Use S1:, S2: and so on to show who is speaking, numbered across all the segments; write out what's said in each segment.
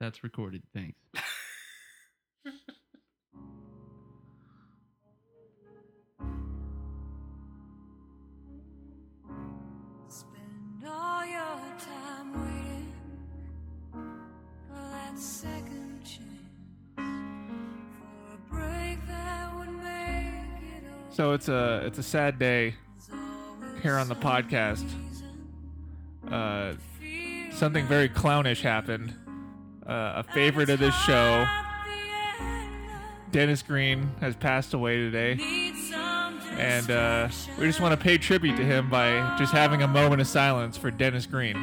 S1: That's recorded. Thanks.
S2: Spend all your time waiting for that second chance, for a break that would make it all.
S3: So it's a it's a sad day
S2: There's always
S3: here on the
S2: some
S3: podcast.
S2: reason
S3: Uh,
S2: to feel
S3: something very clownish happened. Uh, a favorite of this show,
S2: at the end.
S3: Dennis Green, has passed away today,
S2: Need some
S3: and uh, we just want to pay tribute to him by just having a moment of silence for Dennis Green.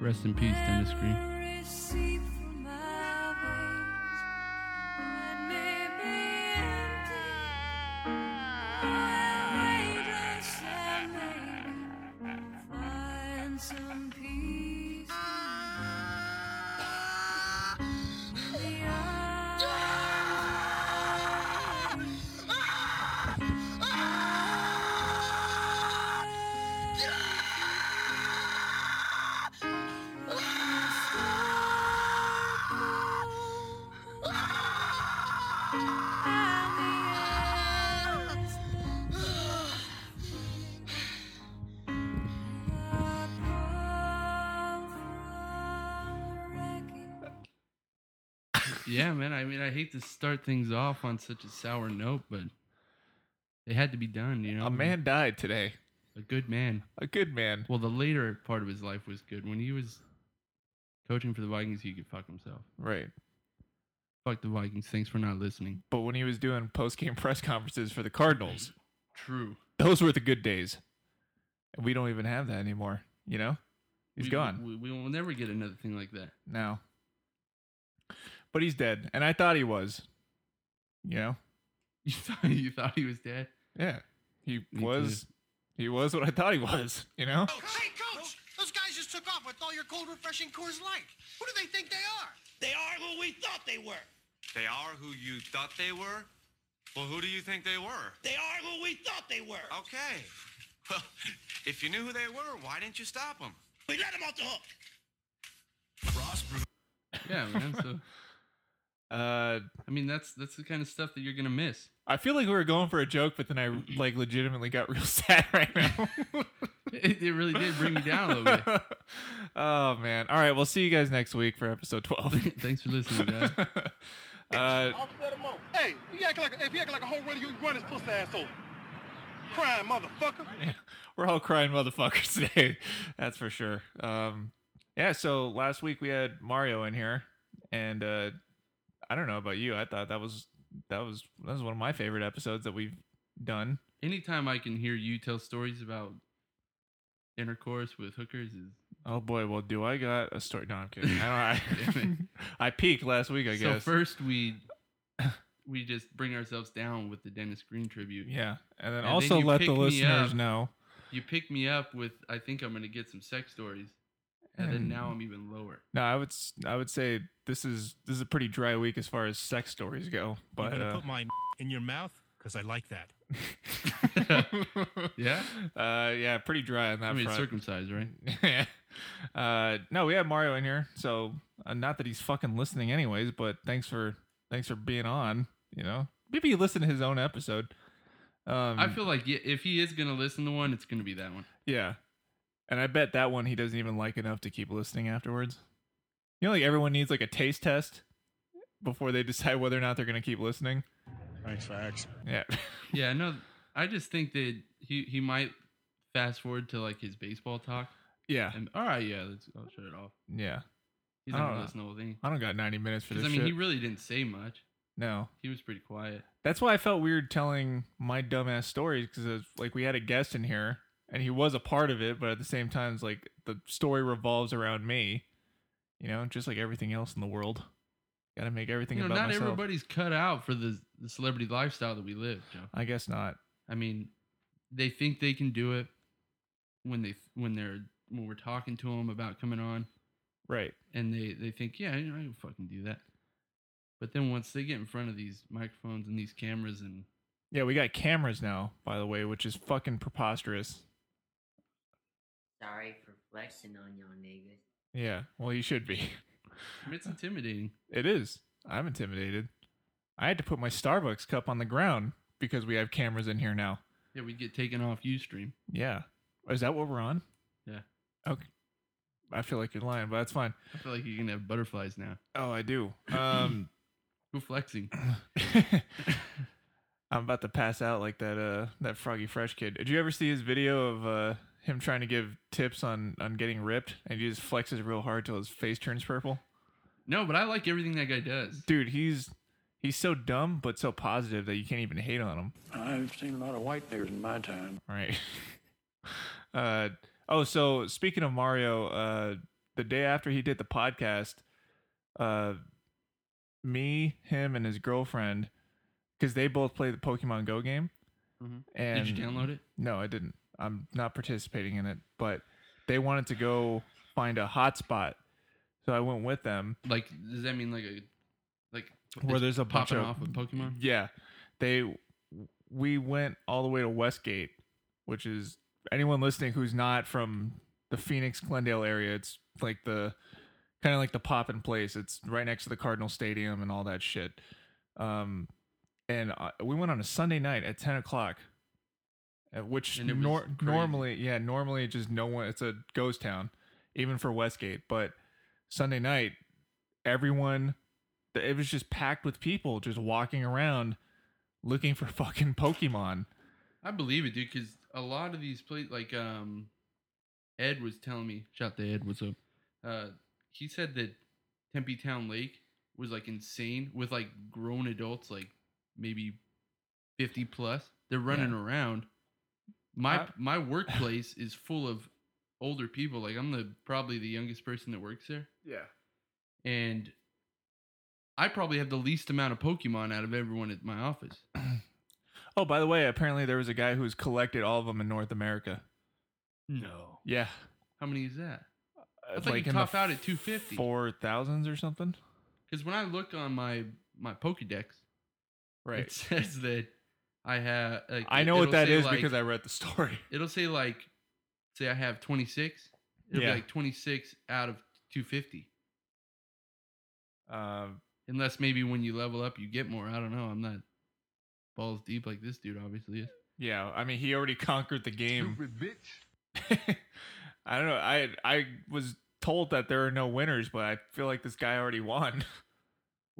S1: Rest in peace, Dennis Green.
S2: memories seep from my veins, and let me be empty. I am weightless and maybe find some peace in the
S1: Yeah, man. I mean, I hate to start things off on such a sour note, but they had to be done, you know?
S3: A man died today.
S1: A good man.
S3: A good man.
S1: Well, the later part of his life was good. When he was coaching for the Vikings, he could fuck himself.
S3: Right.
S1: Fuck the Vikings. Thanks for not listening.
S3: But when he was doing post game press conferences for the Cardinals,
S1: True.
S3: those were the good days. And we don't even have that anymore, you know? he's
S1: we,
S3: gone
S1: We, we will never get another thing like that.
S3: now. But he's dead. And I thought he was. You know?
S1: You thought, you thought he was dead?
S3: Yeah. He
S1: Me
S3: was he was what I thought he was, you know?
S4: Hey, coach, those guys just took off with all your cold, refreshing Coors Light. Who do they think they are?
S5: They are who we thought they were.
S6: They are who you thought they were? Well, who do you think they were?
S5: They are who we thought they were.
S6: Okay. Well, if you knew who they were, why didn't you stop them?
S5: We let them off the hook.
S1: Yeah, man. So,
S3: Uh
S1: I mean, that's that's the kind of stuff that you're going to miss.
S3: I feel like we were going for a joke, but then I like legitimately got real sad right now.
S1: It, it really did bring me down a little bit.
S3: oh man. All right, we'll see you guys next week for episode 12.
S1: Thanks for listening, guys.
S3: uh
S4: I'll set them on. Hey, if you act like, if you act like a whole runner, you run his pussy ass over. Crying motherfucker.
S3: we're all crying motherfuckers today that's for sure um yeah so last week we had mario in here and uh i don't know about you i thought that was that was that was one of my favorite episodes that we've done
S1: Anytime I can hear you tell stories about intercourse with hookers is
S3: oh boy well do i got a story no i'm kidding i don't
S1: Damn
S3: i, I peaked last week i
S1: so
S3: guess
S1: first we we just bring ourselves down with the Dennis Green tribute.
S3: yeah and
S1: And
S3: then
S1: then
S3: also
S1: you
S3: let
S1: picked
S3: the
S1: me
S3: listeners
S1: up.
S3: know
S1: You pick me up with I think I'm gonna get some sex stories, and then
S3: And-
S1: now I'm even lower.
S3: no i would s- i would say this is this is a pretty dry week as far as sex stories go
S7: I'm
S3: but
S7: gonna
S3: uh,
S7: put my in your mouth because I like that.
S1: Yeah,
S3: uh yeah pretty dry on that
S1: I mean it's
S3: front.
S1: circumcised, right?
S3: Yeah. uh, no, we have Mario in here, so uh, not that he's fucking listening, anyways. But thanks for thanks for being on. You know, maybe he listened to his own episode. Um,
S1: I feel like yeah, if he is gonna listen to one, it's gonna be that one.
S3: yeah, and I bet that one he doesn't even like enough to keep listening afterwards. You know, like everyone needs like a taste test before they decide whether or not they're gonna keep listening.
S7: Thanks, facts.
S3: Yeah,
S1: Yeah, no, I just think that he he might fast forward to like his baseball talk,
S3: yeah,
S1: and all right, yeah, let's I'll shut it off.
S3: yeah.
S1: He's not
S3: I don't
S1: gonna
S3: know.
S1: listen to the whole thing.
S3: I don't got ninety minutes for this
S1: Because I mean, he
S3: shit.
S1: really didn't say much.
S3: no,
S1: He was pretty quiet.
S3: That's why I felt weird telling my dumbass stories because like we had a guest in here and he was a part of it, but at the same time, it's like the story revolves around me. You know, just like everything else in the world, got to make everything
S1: You know,
S3: about
S1: not
S3: myself.
S1: everybody's cut out for the, the celebrity lifestyle that we live, Joe.
S3: I guess not.
S1: I mean, they think they can do it when they when they're when we're talking to them about coming on,
S3: Right.
S1: and they they think, yeah, you know, I can fucking do that. But then once they get in front of these microphones and these cameras, and
S3: Yeah, we got cameras now, by the way, which is fucking preposterous.
S8: Sorry for flexing on y'all niggas.
S3: Yeah. Well, you should be.
S1: It's intimidating.
S3: It is. I'm intimidated. I had to put my Starbucks cup on the ground because we have cameras in here now.
S1: Yeah, we'd get taken off Ustream.
S3: Yeah. Is that what we're on?
S1: Yeah.
S3: Okay. I feel like you're lying, but that's fine.
S1: I feel like you can have butterflies now.
S3: Oh, I do. Um,
S1: Go flexing.
S3: I'm about to pass out like that. Uh, that Froggy Fresh kid. Did you ever see his video of uh him trying to give tips on on getting ripped, and he just flexes real hard till his face turns purple?
S1: No, but I like everything that guy does.
S3: Dude, he's he's so dumb but so positive that you can't even hate on him.
S8: I've seen a lot of white niggers in my time.
S3: Right. uh oh, so speaking of Mario, uh the day after he did the podcast, uh me, him and his girlfriend cuz they both play the Pokemon Go game.
S1: Mhm.
S3: And
S1: Did you download it?
S3: No, I didn't. I'm not participating in it, but they wanted to go find a hotspot. So I went with them.
S1: Like, does that mean like a like
S3: Where there's a bunch
S1: popping
S3: of-
S1: off with Pokemon?
S3: Yeah, they we went all the way to Westgate, which is anyone listening who's not from the Phoenix Glendale area. It's like the kind of like the pop in place. It's right next to the Cardinal Stadium and all that shit. Um, and uh, we went on a Sunday night at ten o'clock, uh, which
S1: And it was
S3: nor-
S1: crazy.
S3: normally, yeah, normally just no one. It's a ghost town, even for Westgate. But Sunday night, everyone it was just packed with people just walking around looking for fucking Pokemon.
S1: I believe it, dude. Because a lot of these places, like um, Ed was telling me, shout to Ed, what's up? Uh, he said that Tempe Town Lake was like insane with like grown adults, like maybe fifty plus. They're running around. My
S3: I-
S1: my workplace is full of older people. Like I'm the probably the youngest person that works there,
S3: Yeah.
S1: and I probably have the least amount of Pokemon out of everyone at my office.
S3: Oh, by the way, apparently there was a guy who's collected all of them in North America.
S1: No,
S3: Yeah.
S1: how many is that?
S3: Uh,
S1: thought you
S3: in
S1: top out at 250.
S3: Four thousands or something.
S1: Because when I look on my my Pokedex, it
S3: Right.
S1: says that I have. Like,
S3: I
S1: it-
S3: know what
S1: it'll
S3: that
S1: say,
S3: is
S1: like-
S3: because I read the story.
S1: it'll say like, say I have twenty six. It'll
S3: Yeah.
S1: be like twenty six out of two fifty,
S3: Um,
S1: unless maybe when you level up you get more. I don't know. I'm not balls deep like this dude obviously is.
S3: yeah, I mean he already conquered the game.
S4: Stupid bitch.
S3: I don't know. I I was told that there are no winners, but I feel like this guy already won.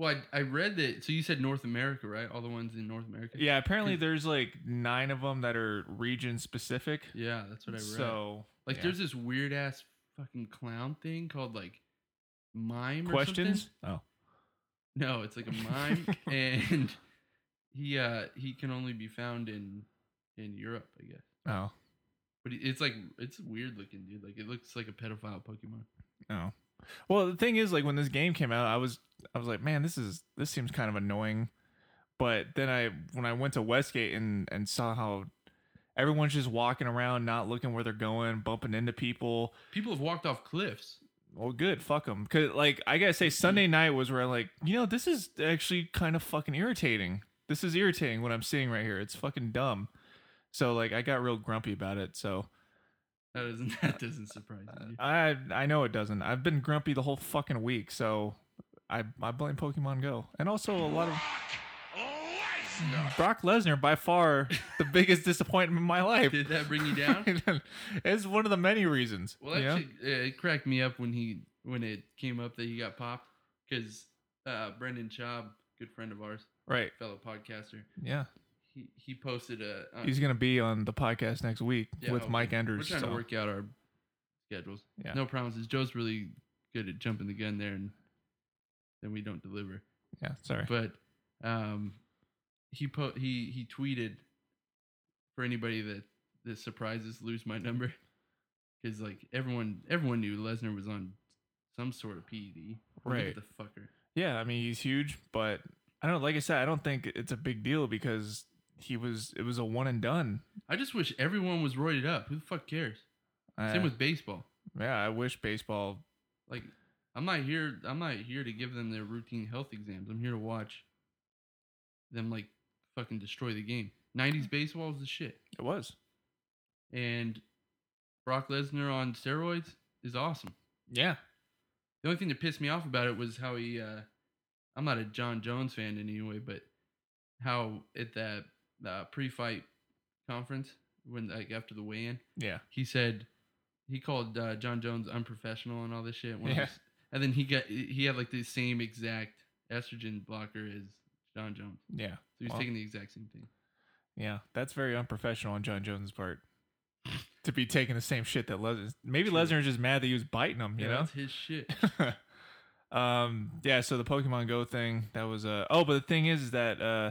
S1: Well, I, I read that. So you said North America, right? All the ones in North America.
S3: yeah, apparently there's like nine of them that are region specific.
S1: Yeah, that's what I read.
S3: So
S1: like,
S3: yeah.
S1: there's this weird ass fucking clown thing called like mime or something.
S3: questions. Oh,
S1: No, it's like a mime, and he uh he can only be found in in Europe, I guess.
S3: oh,
S1: But he- it's like it's weird looking, dude. Like it looks like a pedophile Pokemon.
S3: oh. Well, the thing is, like when this game came out, I was I was like, man, this is this seems kind of annoying. But then I when I went to Westgate and and saw how everyone's just walking around, not looking where they're going, bumping into people.
S1: People have walked off cliffs.
S3: Well, good, fuck them. Cause like I gotta say, Sunday night was where like you know this is actually kind of fucking irritating. This is irritating what I'm seeing right here. It's fucking dumb. So like I got real grumpy about it. So
S1: That doesn't that doesn't surprise me.
S3: I I know it doesn't. I've been grumpy the whole fucking week, so I I blame Pokemon Go. And also a lot of Brock Lesnar by far the biggest disappointment in my life.
S1: Did that bring you down?
S3: it's one of the many reasons.
S1: Well,
S3: you know?
S1: actually, uh, it cracked me up when he when it came up that he got popped because uh, Brendan Chobb, good friend of ours,
S3: right.
S1: fellow podcaster,
S3: Yeah.
S1: he he posted a. Uh,
S3: He's going to be on the podcast next week
S1: Yeah,
S3: with
S1: okay.
S3: Mike Enders.
S1: We're trying
S3: so-
S1: to work out our schedules.
S3: Yeah.
S1: No promises. Joe's really good at jumping the gun there, and then we don't deliver.
S3: Yeah, sorry.
S1: But um, he po- he he tweeted for anybody that that surprises lose my number because like everyone everyone knew Lesnar was on some sort of PED. Look at
S3: Right.
S1: the fucker.
S3: Yeah, I mean he's huge, but I don't like I said I don't think it's a big deal because he was it was a one and done.
S1: I just wish everyone was roided up. Who the fuck cares?
S3: Uh,
S1: Same with baseball.
S3: Yeah, I wish baseball
S1: Like I'm not here I'm not here to give them their routine health exams. I'm here to watch them like fucking destroy the game. 90s baseball is the shit.
S3: it was.
S1: And Brock Lesnar on steroids is awesome.
S3: Yeah.
S1: The The only thing that pissed me off about it was how he. Uh, I'm not a John Jones fan anyway, but how at that uh, pre-fight conference when like after the weigh-in,
S3: Yeah.
S1: he said he called uh, John Jones unprofessional and all this shit. when
S3: Yeah.
S1: he's- And then he got he had like the same exact estrogen blocker as John Jones, so
S3: Yeah.
S1: he's
S3: Well,
S1: taking the exact same thing.
S3: Yeah. That's very unprofessional on John Jones' part. to be taking the same shit that Lesnar. Maybe Lesnar's just mad that he was biting him, you
S1: yeah,
S3: know?
S1: that's his shit.
S3: um yeah so the pokemon go thing that was uh oh but the thing is, is that uh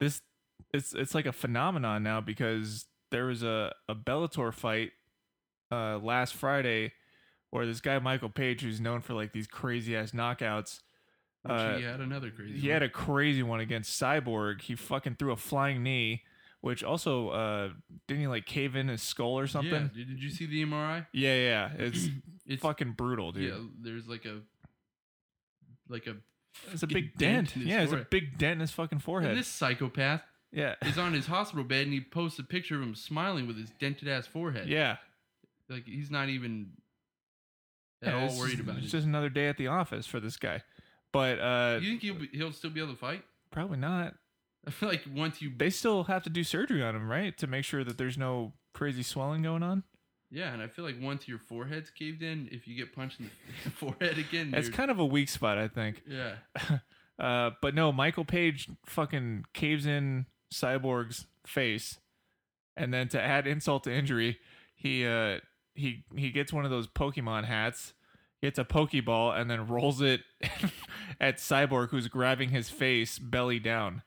S3: this it's it's like a phenomenon now because there was a a bellator fight uh last friday where this guy michael page who's known for like these crazy ass knockouts uh,
S1: Which he had another crazy.
S3: he
S1: one.
S3: had a crazy one against cyborg he fucking threw a flying knee which also uh didn't he like cave in his skull or
S1: Yeah,
S3: something
S1: dude, did you see the MRI?
S3: yeah yeah, it's,
S1: It's
S3: fucking brutal dude
S1: yeah. There's like a like a
S3: It's a
S1: fucking
S3: big dent.
S1: in his
S3: yeah, it's a
S1: forehead.
S3: big dent in his fucking forehead.
S1: And this psychopath
S3: yeah.
S1: is on his hospital bed and he posts a picture of him smiling with his dented ass forehead.
S3: yeah.
S1: like he's not even at
S3: Yeah,
S1: all
S3: it's
S1: worried
S3: just,
S1: about
S3: It's
S1: it.
S3: just another day at the office for this guy. But uh
S1: you think he'll, be, he'll still be able to fight?
S3: probably not.
S1: I feel like once you,
S3: They still have to do surgery on him, right? To make sure that there's no crazy swelling going on.
S1: yeah, and I feel like once your forehead's caved in, if you get punched in the forehead again,
S3: That's
S1: you're-
S3: kind of a weak spot, I think.
S1: yeah,
S3: Uh but no, Michael Page fucking caves in Cyborg's face. And then to add insult to injury, he uh he he gets one of those Pokemon hats, gets a Pokeball, and then rolls it at Cyborg, who's grabbing his face belly down.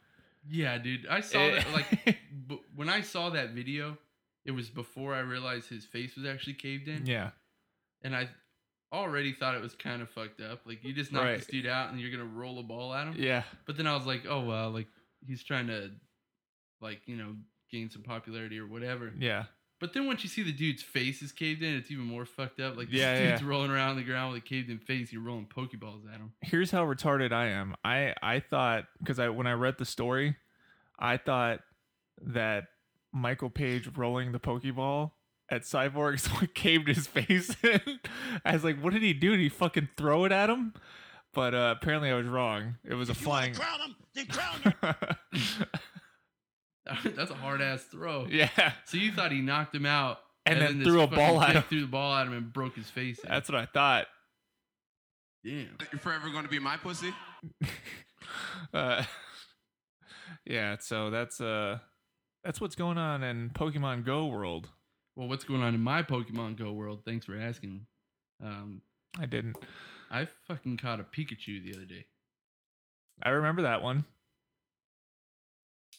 S1: yeah, dude. I saw
S3: Eh.
S1: that like b- when I saw that video, it was before I realized his face was actually caved in,
S3: Yeah,
S1: and I already thought it was kind of fucked up. Like you just knock
S3: Right.
S1: this dude out and you're gonna roll a ball at him.
S3: yeah,
S1: But then I was like, oh well, like he's trying to, like you know, gain some popularity or whatever.
S3: yeah,
S1: But then once you see the dude's face is caved in, it's even more fucked up. Like
S3: Yeah,
S1: this
S3: yeah.
S1: dude's rolling around on the ground with a caved in face. You're rolling pokeballs at him.
S3: here's how retarded I am. I I thought because I when I read the story, I thought that Michael Page rolling the Pokeball at Cyborg is what caved his face in. I was like, what did he do? Did he fucking throw it at him? But uh, apparently I was wrong. It was a
S5: If you want
S3: flying.
S5: to crown him, then crown him.
S1: That's a hard ass throw.
S3: yeah,
S1: So you thought he knocked him out
S3: And then
S1: this
S3: threw a
S1: fucking
S3: ball at
S1: dick
S3: him.
S1: Threw the ball at him and broke his face. in.
S3: that's what I thought.
S1: damn.
S6: You're forever going to be my pussy.
S3: Uh, yeah, so that's uh, that's what's going on in Pokemon Go world.
S1: Well, what's going on in my Pokemon Go world? Thanks for asking. Um,
S3: I didn't.
S1: I fucking caught a Pikachu the other day.
S3: I remember that one.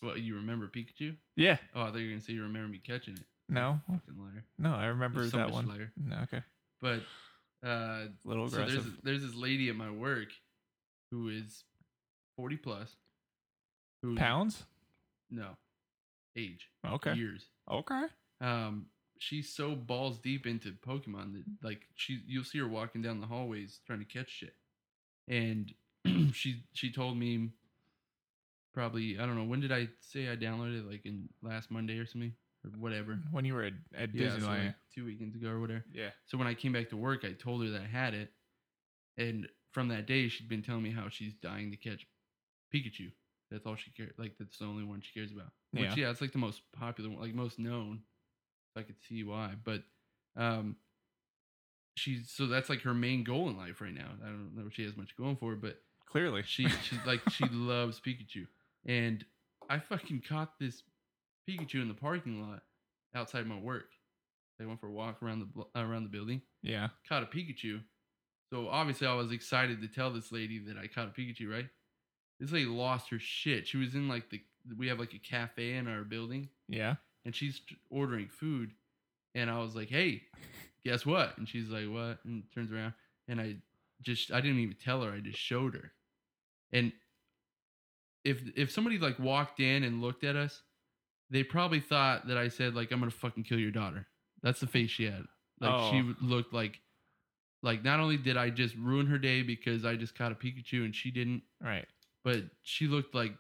S1: Well, you remember Pikachu?
S3: Yeah.
S1: Oh, I thought you were gonna say you remember me catching it.
S3: No.
S1: Fucking liar.
S3: No, I remember
S1: You're so
S3: that
S1: much
S3: one.
S1: lighter.
S3: No, okay.
S1: But uh,
S3: A little
S1: so there's
S3: aggressive.
S1: there's this lady at my work who is 40 plus. Who
S3: Pounds?
S1: No, age
S3: Okay.
S1: years.
S3: Okay.
S1: Um, she's so balls deep into Pokemon that like she you'll see her walking down the hallways trying to catch shit, and she she told me probably I don't know when did I say I downloaded it like in last Monday or something or whatever.
S3: When you were at, at
S1: Yeah, so,
S3: Disneyland.
S1: like, two weekends ago or whatever.
S3: Yeah.
S1: So when I came back to work, I told her that I had it, and from that day, she'd been telling me how she's dying to catch Pikachu. That's all she cares. Like that's the only one she cares about.
S3: Yeah.
S1: Which yeah, it's like the most popular one, like most known. If I could see why, but um, she's so that's like her main goal in life right now. I don't know if she has much going for her, but
S3: Clearly.
S1: she she like she loves Pikachu, and I fucking caught this Pikachu in the parking lot outside my work. They went for a walk around the blo- around the building,
S3: yeah.
S1: caught a Pikachu. So obviously, I was excited to tell this lady that I caught a Pikachu. Right? This lady lost her shit. She was in like the we have like a cafe in our building,
S3: Yeah.
S1: and she's t- ordering food, and I was like, "Hey, guess what?" And she's like, "What?" And turns around, and I just I didn't even tell her. I just showed her, and if if somebody like walked in and looked at us, they probably thought that I said like I'm gonna fucking kill your daughter. That's the face she had. Like
S3: Oh.
S1: she w- looked like like not only did I just ruin her day because I just caught a Pikachu and she didn't,
S3: Right.
S1: but she looked like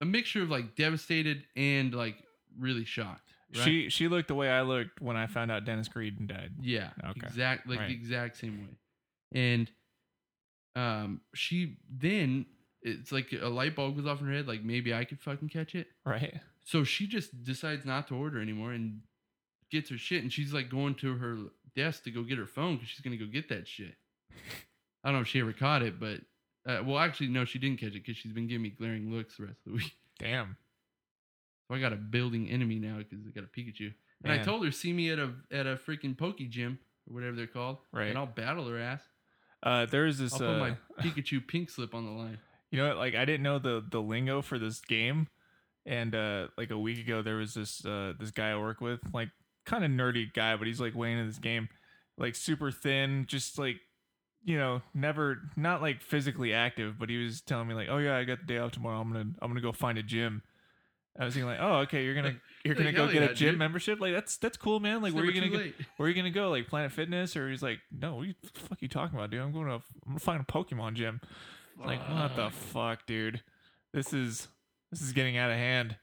S1: a mixture of like devastated and like really shocked. right?
S3: She she looked the way I looked when I found out Dennis Creed died.
S1: yeah,
S3: Okay,
S1: exact like
S3: right.
S1: the exact same way. and um, she then it's like a light bulb goes off in her head, like maybe I could fucking catch it.
S3: Right.
S1: So she just decides not to order anymore and gets her shit. And she's like going to her desk to go get her phone because she's gonna go get that shit. I don't know if she ever caught it, but uh, well, actually, no, she didn't catch it because she's been giving me glaring looks the rest of the week.
S3: Damn.
S1: So I got a building enemy now because I got a Pikachu. And I
S3: Man.
S1: told her, see me at a at a freaking Poke Gym or whatever they're called,
S3: Right.
S1: And I'll battle her ass.
S3: Uh, there's this.
S1: I'll put
S3: uh,
S1: my Pikachu pink slip on the line.
S3: you know like i didn't know the the lingo for this game and uh like a week ago there was this uh this guy i work with like kind of nerdy guy but he's like way into this game like super thin just like you know never not like physically active but he was telling me like oh yeah i got the day off tomorrow i'm gonna i'm gonna go find a gym i was thinking like oh okay you're gonna you're gonna
S1: Like,
S3: go
S1: hell
S3: get
S1: yeah,
S3: a gym
S1: dude.
S3: membership like that's that's cool man like
S1: It's
S3: where are
S1: never
S3: you gonna
S1: too
S3: go,
S1: late.
S3: where are you gonna go like planet fitness or he's like no what the fuck you talking about dude i'm going to i'm gonna find a pokemon gym like what the fuck, dude? This is this is getting out of hand.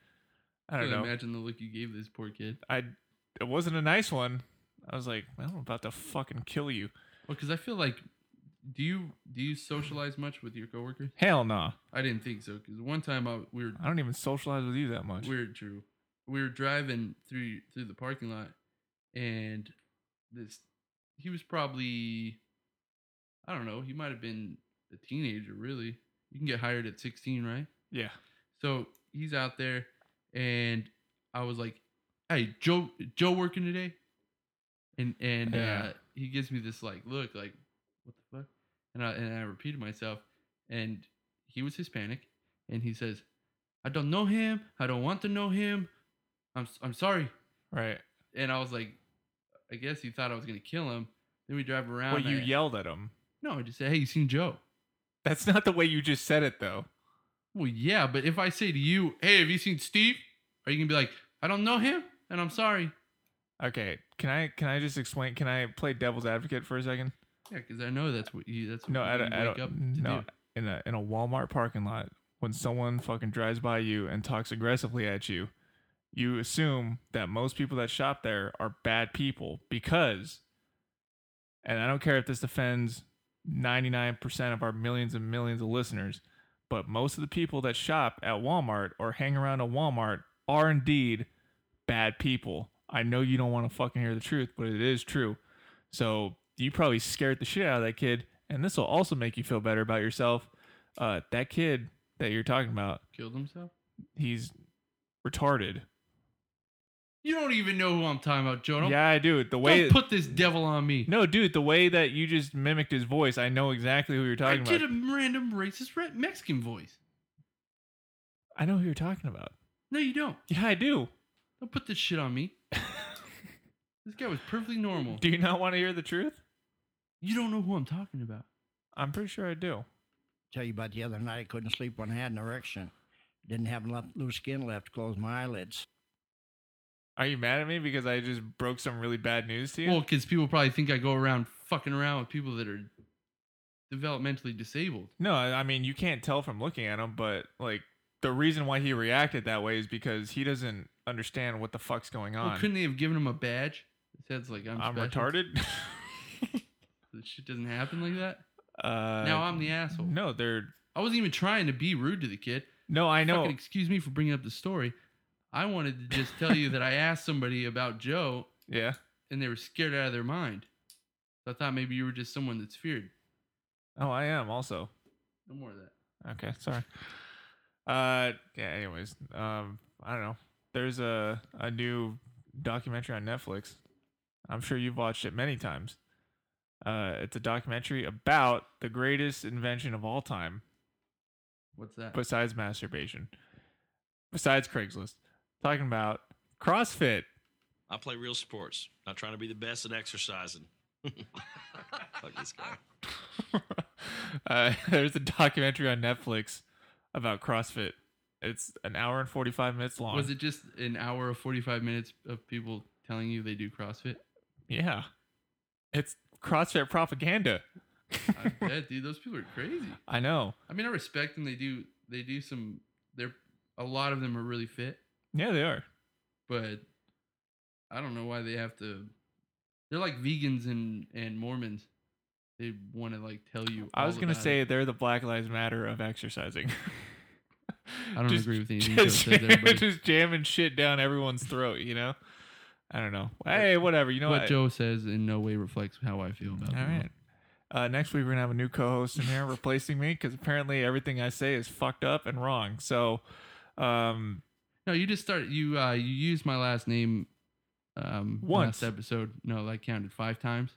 S3: I don't
S1: Can't
S3: know.
S1: Imagine the look you gave this poor kid.
S3: I it wasn't a nice one. I was like, well, I'm about to fucking kill you.
S1: Well, because I feel like, do you do you socialize much with your coworkers?
S3: Hell no.
S1: I didn't think so because one time I, we were
S3: I don't even socialize with you that much.
S1: we were Drew, we were driving through through the parking lot, and this he was probably, I don't know, he might have been a teenager really. You can get hired at sixteen, right?
S3: yeah.
S1: So he's out there, and I was like, "Hey, Joe, Joe working today?" And and
S3: Yeah.
S1: uh, he gives me this like look, like, "What the fuck?" And I and I repeated myself, and he was Hispanic, and he says, "I don't know him. I don't want to know him. I'm s- I'm sorry."
S3: Right.
S1: And I was like, "I guess he thought I was gonna kill him." Then we drive around.
S3: Well, you
S1: I-
S3: yelled at him.
S1: No, I just said, "Hey, you seen Joe?"
S3: That's not the way you just said it though.
S1: Well, yeah, but if I say to you, "Hey, have you seen Steve?" Are you gonna be like, "I don't know him," and I'm sorry?
S3: Okay. Can I can I just explain? Can I play devil's advocate for a second?
S1: Yeah, because I know that's what you. That's
S3: No,
S1: what
S3: I
S1: you
S3: don't. I
S1: wake up
S3: don't
S1: to
S3: no,
S1: do.
S3: in a in a Walmart parking lot, when someone fucking drives by you and talks aggressively at you, you assume that most people that shop there are bad people because, and I don't care if this offends ninety nine percent of our millions and millions of listeners, but most of the people that shop at Walmart or hang around a Walmart are indeed bad people. I know you don't want to fucking hear the truth, but it is true. So you probably scared the shit out of that kid, and this will also make you feel better about yourself. Uh, that kid that you're talking about,
S1: Killed himself.
S3: he's retarded.
S1: You don't even know who I'm talking about, Joe. Don't,
S3: yeah, I do. The
S1: don't
S3: way
S1: put this devil on me.
S3: no, dude, the way that you just mimicked his voice, I know exactly who you're
S1: I
S3: talking
S1: did
S3: about.
S1: a random racist re- Mexican voice.
S3: I know who you're talking about.
S1: No, you don't.
S3: Yeah, I do.
S1: Don't put this shit on me. this guy was perfectly normal.
S3: Do you not want to hear the truth?
S1: You don't know who I'm talking about.
S3: I'm pretty sure I do.
S9: tell you about the other night. I couldn't sleep when I had an erection. Didn't have enough loose skin left to close my eyelids.
S3: Are you mad at me because I just broke some really bad news to you?
S1: Well, because people probably think I go around fucking around with people that are developmentally disabled.
S3: No, I I mean you can't tell from looking at him, but like the reason why he reacted that way is because he doesn't understand what the fuck's going
S1: Well,
S3: on.
S1: couldn't they have given him a badge? It says like I'm,
S3: I'm
S1: special.
S3: retarded.
S1: This shit doesn't happen like that.
S3: uh,
S1: now I'm the asshole.
S3: no, they're
S1: I wasn't even trying to be rude to the kid.
S3: no, I know.
S1: Fucking excuse me for bringing up the story. I wanted to just tell you that I asked somebody about Joe
S3: yeah.
S1: and they were scared out of their mind. So I thought maybe you were just someone that's feared.
S3: Oh, I am also.
S1: No more of that.
S3: Okay, sorry. Uh, yeah. Anyways, um, I don't know. There's a a new documentary on Netflix. I'm sure you've watched it many times. Uh, it's a documentary about the greatest invention of all time,
S1: What's that?
S3: besides masturbation, besides Craigslist, talking about CrossFit.
S10: I play real sports, not trying to be the best at exercising. Fuck this guy.
S3: uh, there's a documentary on Netflix about CrossFit. It's an hour and 45 minutes long.
S1: Was it just an hour of 45 minutes of people telling you they do CrossFit?
S3: Yeah. It's CrossFit propaganda.
S1: I bet, dude. Those people are crazy.
S3: I know.
S1: I mean, I respect them. They do, they do some, they're, a lot of them are really fit,
S3: Yeah, they are.
S1: but I don't know why they have to, they're like vegans and, and Mormons. they want to like tell you.
S3: I was
S1: all
S3: gonna
S1: about
S3: say
S1: it.
S3: they're the Black Lives Matter of exercising.
S1: I don't agree with anything you
S3: Just,
S1: just said there, buddy.
S3: just jamming shit down everyone's throat, you know. I don't know. Hey, whatever. You know
S1: what
S3: what?
S1: Joe says in no way reflects how I feel about
S3: All
S1: it.
S3: right. Uh, next week we're gonna have a new co-host in here replacing me because apparently everything I say is fucked up and wrong. So, um,
S1: No, you just started. You uh, you used my last name. Um,
S3: Once.
S1: last episode. No, that counted five times.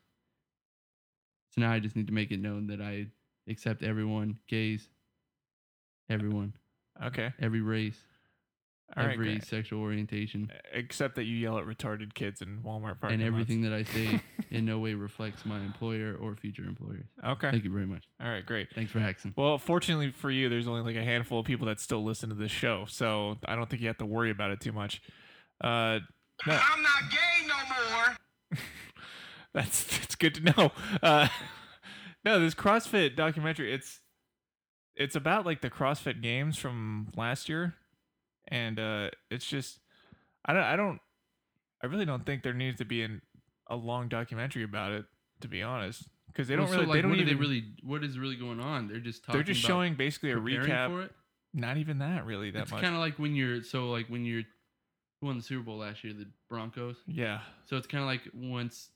S1: So now I just need to make it known that I accept everyone, gays, everyone,
S3: okay,
S1: every race,
S3: all right.
S1: every
S3: great.
S1: sexual orientation,
S3: Except that you yell at retarded kids in Walmart parking
S1: and everything
S3: lots.
S1: that I say in no way reflects my employer or future employers.
S3: Okay.
S1: Thank you very much.
S3: All right. Great.
S1: Thanks for hacking.
S3: Well, fortunately for you, there's only like a handful of people that still listen to this show, so I don't think you have to worry about it too much. Uh, no,
S5: I'm not gay no more.
S3: that's that's good to know. Uh, no, this CrossFit documentary, it's it's about like the CrossFit Games from last year, and uh, it's just I don't I don't I really don't think there needs to be an, a long documentary about it to be honest, because they don't
S1: Well,
S3: really
S1: so, like,
S3: they don't
S1: what
S3: even
S1: are they really what is really going on? They're just talking
S3: they're just
S1: about
S3: showing basically a
S1: preparing
S3: recap.
S1: for it.
S3: Not even that really that
S1: it's
S3: much.
S1: kind of like when you're so like when you're who won the Super Bowl last year, the Broncos.
S3: yeah.
S1: So it's kind of like once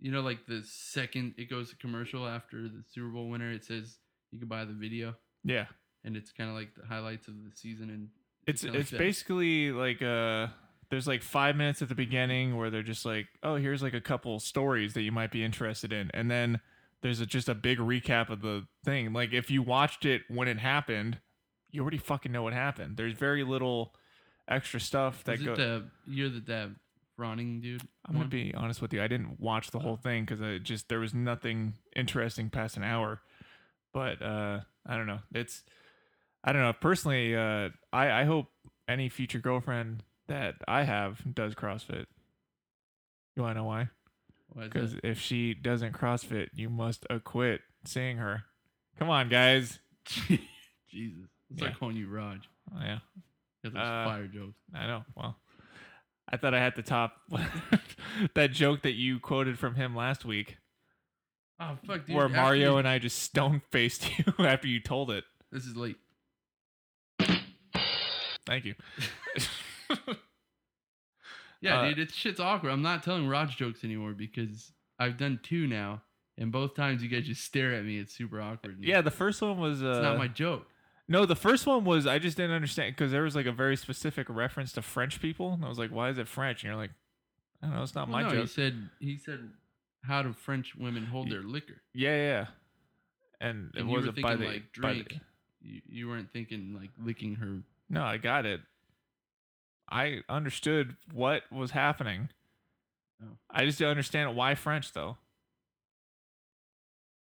S1: you know, like the second it goes to commercial after the Super Bowl winner, it says you can buy the video,
S3: Yeah.
S1: and it's kind of like the highlights of the season. And
S3: It's
S1: kinda like
S3: it's
S1: that.
S3: basically like uh there's like five minutes at the beginning where they're just like, oh, here's like a couple stories that you might be interested in, and then there's a, just a big recap of the thing. Like if you watched it when it happened, you already fucking know what happened. There's very little extra stuff that
S1: is it
S3: goes.
S1: the year that that Ronning dude?
S3: I'm gonna
S1: won?
S3: be honest with you. I didn't watch the whole thing because I just there was nothing interesting past an hour. But uh, I don't know. It's I don't know. Personally, uh, I I hope any future girlfriend that I have does CrossFit. You wanna know why?
S1: Why is that?
S3: Because if she doesn't CrossFit, you must acquit seeing her. Come on, guys.
S1: Jesus, it's
S3: Yeah.
S1: like calling you Raj.
S3: Oh, yeah,
S1: Got those
S3: Uh,
S1: fire jokes.
S3: I know. Well, I thought I had to top that joke that you quoted from him last week.
S1: Oh fuck, dude.
S3: where
S1: after
S3: Mario
S1: you-
S3: and I just stone faced you after you told it.
S1: this is late.
S3: Thank you.
S1: Yeah,
S3: Uh,
S1: dude, it's shit's awkward. I'm not telling Raj jokes anymore because I've done two now, and both times you guys just stare at me. It's super awkward. and
S3: yeah, the first one was uh,
S1: it's not my joke.
S3: no. The first one was I just didn't understand because there was like a very specific reference to French people, and I was like, "Why is it French?" And you're like, "I don't know, it's not
S1: Well,
S3: my
S1: no,
S3: joke."
S1: he said he said how do French women hold their liquor?
S3: Yeah, yeah, yeah. And, it
S1: And you were
S3: wasn't by
S1: thinking
S3: the
S1: like
S3: by the-
S1: drink. You, you weren't thinking like licking her.
S3: no, I got it. I understood what was happening.
S1: Oh.
S3: I just didn't understand why French though.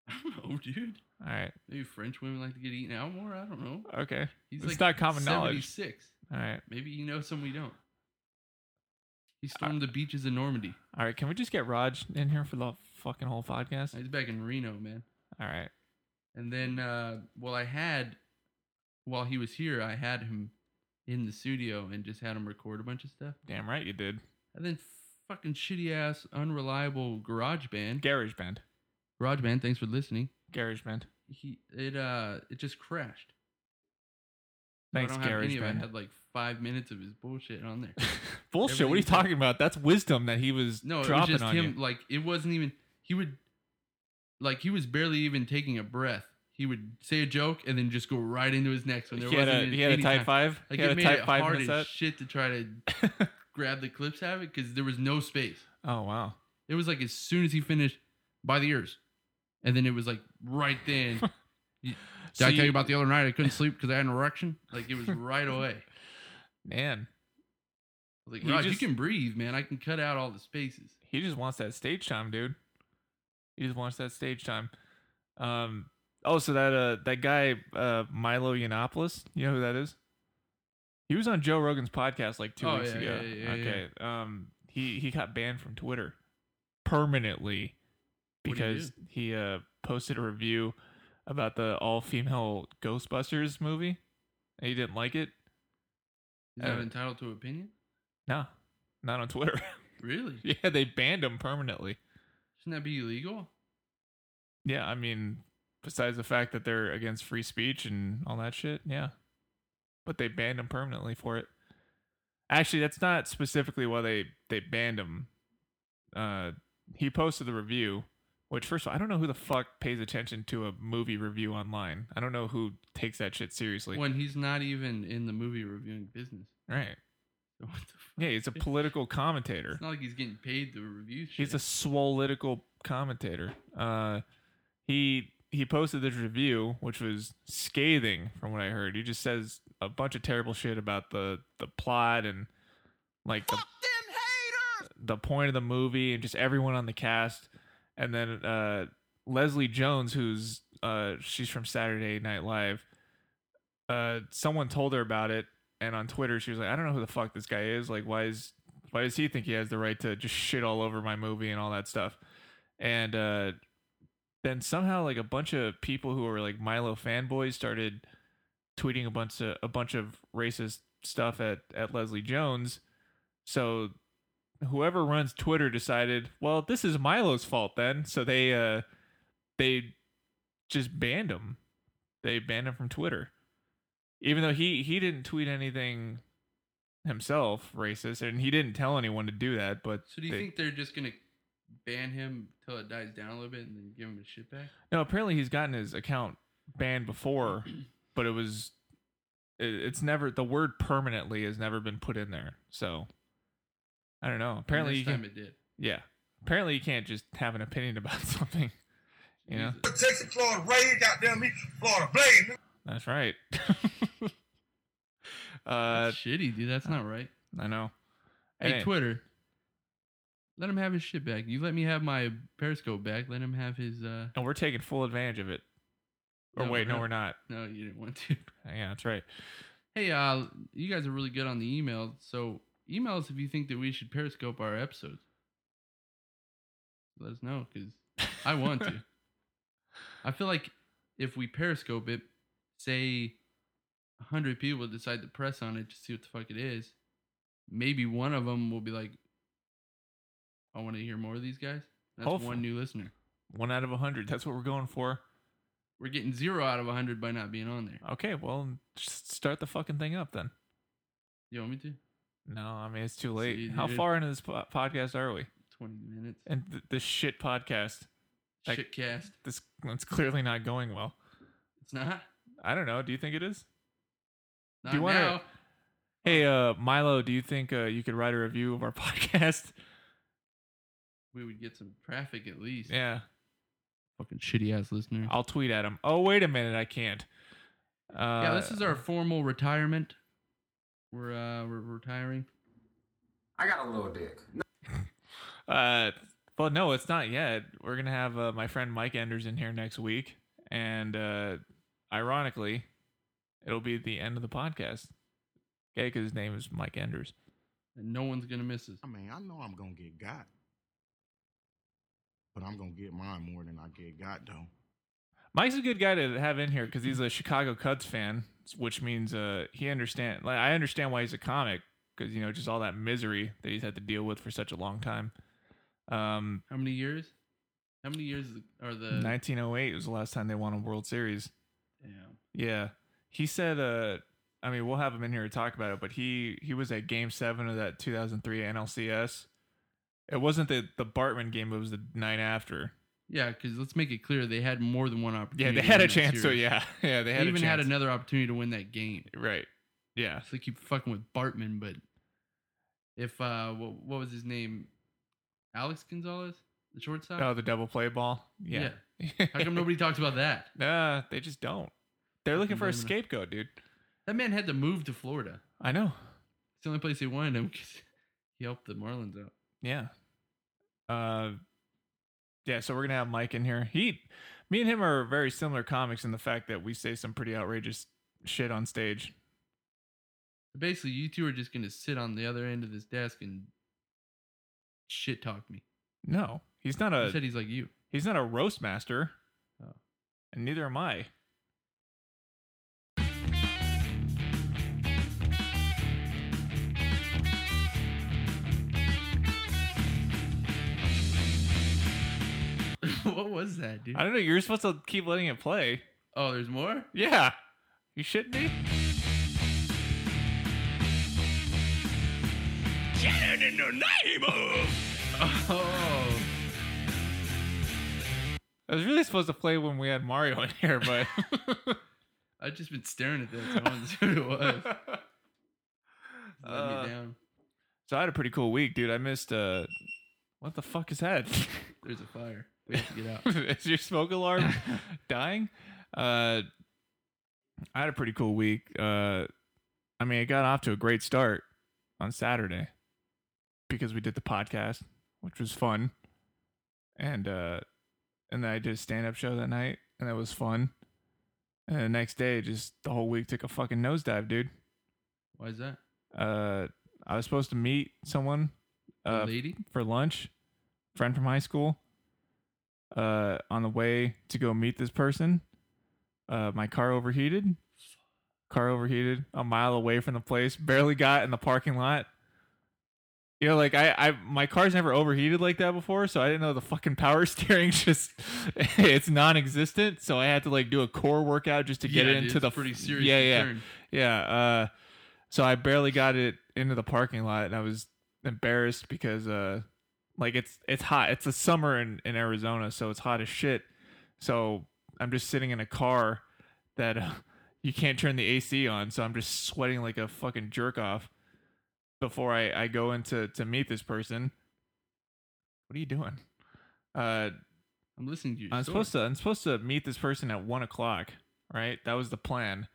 S1: I don't know, dude.
S3: All right,
S1: Maybe French women like to get eaten out more. I don't know.
S3: okay.
S1: He's
S3: It's
S1: like
S3: not common knowledge.
S1: 76.
S3: All right.
S1: Maybe you know some we don't. He stormed the beaches of Normandy.
S3: All right, can we just get Raj in here for the fucking whole podcast?
S1: He's back in Reno, man.
S3: All right.
S1: And then,
S3: Mm-hmm.
S1: uh, well, I had, while he was here, I had him in the studio and just had him record a bunch of stuff.
S3: Damn right you did.
S1: And then fucking shitty ass, unreliable GarageBand.
S3: Garage band.
S1: GarageBand, thanks for listening.
S3: Garage band.
S1: He it uh it just crashed. So
S3: Thanks,
S1: I don't have
S3: garage
S1: any of it. I
S3: band.
S1: had like five minutes of his bullshit on there.
S3: Bullshit. What are you
S1: everything-
S3: talking about? That's wisdom that he was
S1: No, it was
S3: dropping
S1: just
S3: on
S1: him. Like it wasn't even. He would, like he was barely even taking a breath. He would say a joke and then just go right into his next one.
S3: you.
S1: There
S3: He had, a,
S1: wasn't
S3: he had a
S1: any
S3: type
S1: time.
S3: five.
S1: Like
S3: he had
S1: it
S3: a
S1: made
S3: type
S1: it
S3: five
S1: hard
S3: minute
S1: as
S3: set.
S1: shit to try to grab the clips out of it because there was no space.
S3: oh wow.
S1: It was like as soon as he finished, by the ears, and then it was like right then. You- Did
S3: So
S1: I tell
S3: you-
S1: you about the other night? I couldn't sleep because I had an erection. Like it was right away.
S3: Man,
S1: I was like,
S3: You
S1: Raj,
S3: just-
S1: you can breathe, man. I can cut out all the spaces.
S3: he just wants that stage time, dude. He just wants that stage time. Um. Oh, so that uh that guy uh Milo Yiannopoulos, you know who that is? He was on Joe Rogan's podcast like two
S1: Oh,
S3: weeks
S1: yeah,
S3: ago.
S1: yeah, yeah, yeah,
S3: okay. Um. He he got banned from Twitter permanently
S1: What did he
S3: because he uh posted a review about the all female Ghostbusters movie. And he didn't like it.
S1: Is that
S3: Uh,
S1: entitled to opinion?
S3: No, not on Twitter.
S1: Really?
S3: yeah, they banned him permanently.
S1: Shouldn't that be illegal?
S3: Yeah, I mean, besides the fact that they're against free speech and all that shit, yeah. But they banned him permanently for it. Actually, that's not specifically why they they banned him. Uh, he posted the review, which first of all, I don't know who the fuck pays attention to a movie review online. I don't know who takes that shit seriously.
S1: when he's not even in the movie reviewing business.
S3: Right?
S1: So what the fuck?
S3: Yeah, he's a political commentator.
S1: It's not like he's getting paid to review shit.
S3: He's a swolitical commentator. Uh, he he posted this review, which was scathing from what I heard. He just says a bunch of terrible shit about the the plot and like the,
S5: them haters!
S3: the point of the movie and just everyone on the cast. And then uh, Leslie Jones, who's uh, she's from Saturday Night Live. Uh, someone told her about it, and on Twitter she was like, "I don't know who the fuck this guy is. Like, why is why does he think he has the right to just shit all over my movie and all that stuff?" And uh, then somehow like a bunch of people who were like Milo fanboys started tweeting a bunch of a bunch of racist stuff at at Leslie Jones. So whoever runs Twitter decided, well, this is Milo's fault then. So they uh they just banned him. They banned him from Twitter. Even though he he didn't tweet anything himself racist and he didn't tell anyone to do that, but
S1: so do you
S3: they-
S1: think they're just gonna ban him till it dies down a little bit and then give him his shit back?
S3: No, apparently he's gotten his account banned before, but it was it, it's never the word permanently has never been put in there. So I don't know. Apparently you
S1: this time it
S3: can't,
S1: did.
S3: yeah. Apparently you can't just have an opinion about something. You know.
S5: Texas, Florida rage, goddamn me, Florida blame.
S3: That's right. uh
S1: That's shitty, dude. That's not right.
S3: I know.
S1: Hey,
S3: Anyway,
S1: Twitter, let him have his shit back. You let me have my Periscope back. Let him have his. uh
S3: and we're taking full advantage of it. Or
S1: No,
S3: wait,
S1: we're
S3: no,
S1: not.
S3: we're not.
S1: No, you didn't want to.
S3: Yeah, that's right.
S1: Hey, uh, you guys are really good on the email. So email us if you think that we should Periscope our episodes. Let us know because I want to. I feel like if we Periscope it, say a hundred people decide to press on it to see what the fuck it is. Maybe one of them will be like, "I want to hear more of these guys." That's
S3: Hopefully.
S1: one new listener.
S3: One out of a hundred. That's what we're going for.
S1: We're getting zero out of a hundred by not being on there.
S3: Okay, well, just start the fucking thing up then.
S1: You want me to?
S3: No, I mean it's too late.
S1: See,
S3: How
S1: dude.
S3: far into this po- podcast are we?
S1: Twenty minutes.
S3: And th- this shit podcast, like-
S1: Shit cast.
S3: this it's clearly not going well.
S1: It's not.
S3: I don't know. Do you think it is?
S1: Not
S3: Do you wanna-
S1: now.
S3: Hey, uh, Milo, do you think uh, you could write a review of our podcast?
S1: we would get some traffic at least.
S3: yeah,
S1: Fucking shitty ass listener.
S3: I'll tweet at him. Oh, wait a minute, I can't. Uh,
S1: yeah, this is our formal retirement. We're uh we're retiring.
S5: I got a little dick.
S3: Uh, well, no, it's not yet. We're gonna have uh, my friend Mike Enders in here next week, and uh, ironically, it'll be the end of the podcast. Okay, because his name is Mike Enders.
S1: And no one's gonna miss us.
S7: I mean, I know I'm gonna get got, but I'm gonna get mine more than I get got though.
S3: Mike's a good guy to have in here because he's a Chicago Cubs fan, which means uh, he understand. Like I understand why he's a comic because you know just all that misery that he's had to deal with for such a long time. Um,
S1: How many years? How many years are
S3: Uh.
S1: the
S3: 1908 was the last time they won a World Series.
S1: Damn.
S3: Yeah, he said. Uh, I mean, we'll have him in here to talk about it, but he he was at Game Seven of that 2003 NLCS. It wasn't the the Bartman game; it was the night after.
S1: Yeah, because let's make it clear they had more than one
S3: Yeah,
S1: opportunity.
S3: they had
S1: to
S3: a
S1: win that
S3: chance. So
S1: series.
S3: yeah, yeah, they
S1: they
S3: had
S1: even
S3: a
S1: had
S3: chance.
S1: another opportunity to win that game.
S3: right. Yeah,
S1: So they keep fucking with Bartman, but if uh what, what was his name? Alex Gonzalez, the shortstop.
S3: Oh, the double play ball. Yeah.
S1: How come nobody talks about that?
S3: Nah, they just don't. They're looking for a
S1: Blaming it.
S3: scapegoat, dude.
S1: That man had to move to Florida.
S3: I know.
S1: It's the only place they wanted him because he helped the Marlins out.
S3: Yeah. Uh, yeah. So we're gonna have Mike in here. He, me and him are very similar comics in the fact that we say some pretty outrageous shit on stage.
S1: Basically, you two are just going to sit on the other end of this desk and shit talk me.
S3: No, he's not
S1: He
S3: a
S1: said he's like you.
S3: he's not a roast master, Oh. and neither am I.
S1: what was that, dude?
S3: I don't know. You're supposed to keep letting it play.
S1: Oh, there's more?
S3: Yeah. You shouldn't be.
S1: Oh.
S3: I was really supposed to play when we had Mario in here, but
S1: I've just been staring at that. so I wanted to see what it was. Let
S3: Uh,
S1: me down.
S3: so I had a pretty cool week, dude. I missed uh what the fuck is that?
S1: There's a fire. We have to get out.
S3: is your smoke alarm dying? Uh I had a pretty cool week. Uh I mean, it got off to a great start on Saturday because we did the podcast, which was fun. And uh and then I did a stand-up show that night, and that was fun. And the next day, just the whole week took a fucking nosedive, dude.
S1: Why is that?
S3: uh, I was supposed to meet someone
S1: A
S3: uh,
S1: lady?
S3: for lunch, friend from high school. Uh, on the way to go meet this person, uh, my car overheated. Car overheated a mile away from the place. Barely got in the parking lot. You know, like I, I, my car's never overheated like that before, so I didn't know the fucking power steering just, it's non-existent. So I had to like do a core workout just to get
S1: Yeah, dude,
S3: it into
S1: it's
S3: the
S1: a pretty serious.
S3: Yeah, yeah.
S1: concern.
S3: Yeah. Uh, so I barely got it into the parking lot, and I was embarrassed because, uh, like it's it's hot. It's the summer in in Arizona, so it's hot as shit. So I'm just sitting in a car that uh, you can't turn the AC on, so I'm just sweating like a fucking jerk off before I I go into to meet this person. What are you doing? Uh,
S1: I'm listening to you.
S3: I'm supposed to I'm supposed to meet this person at one o'clock, right? That was the plan.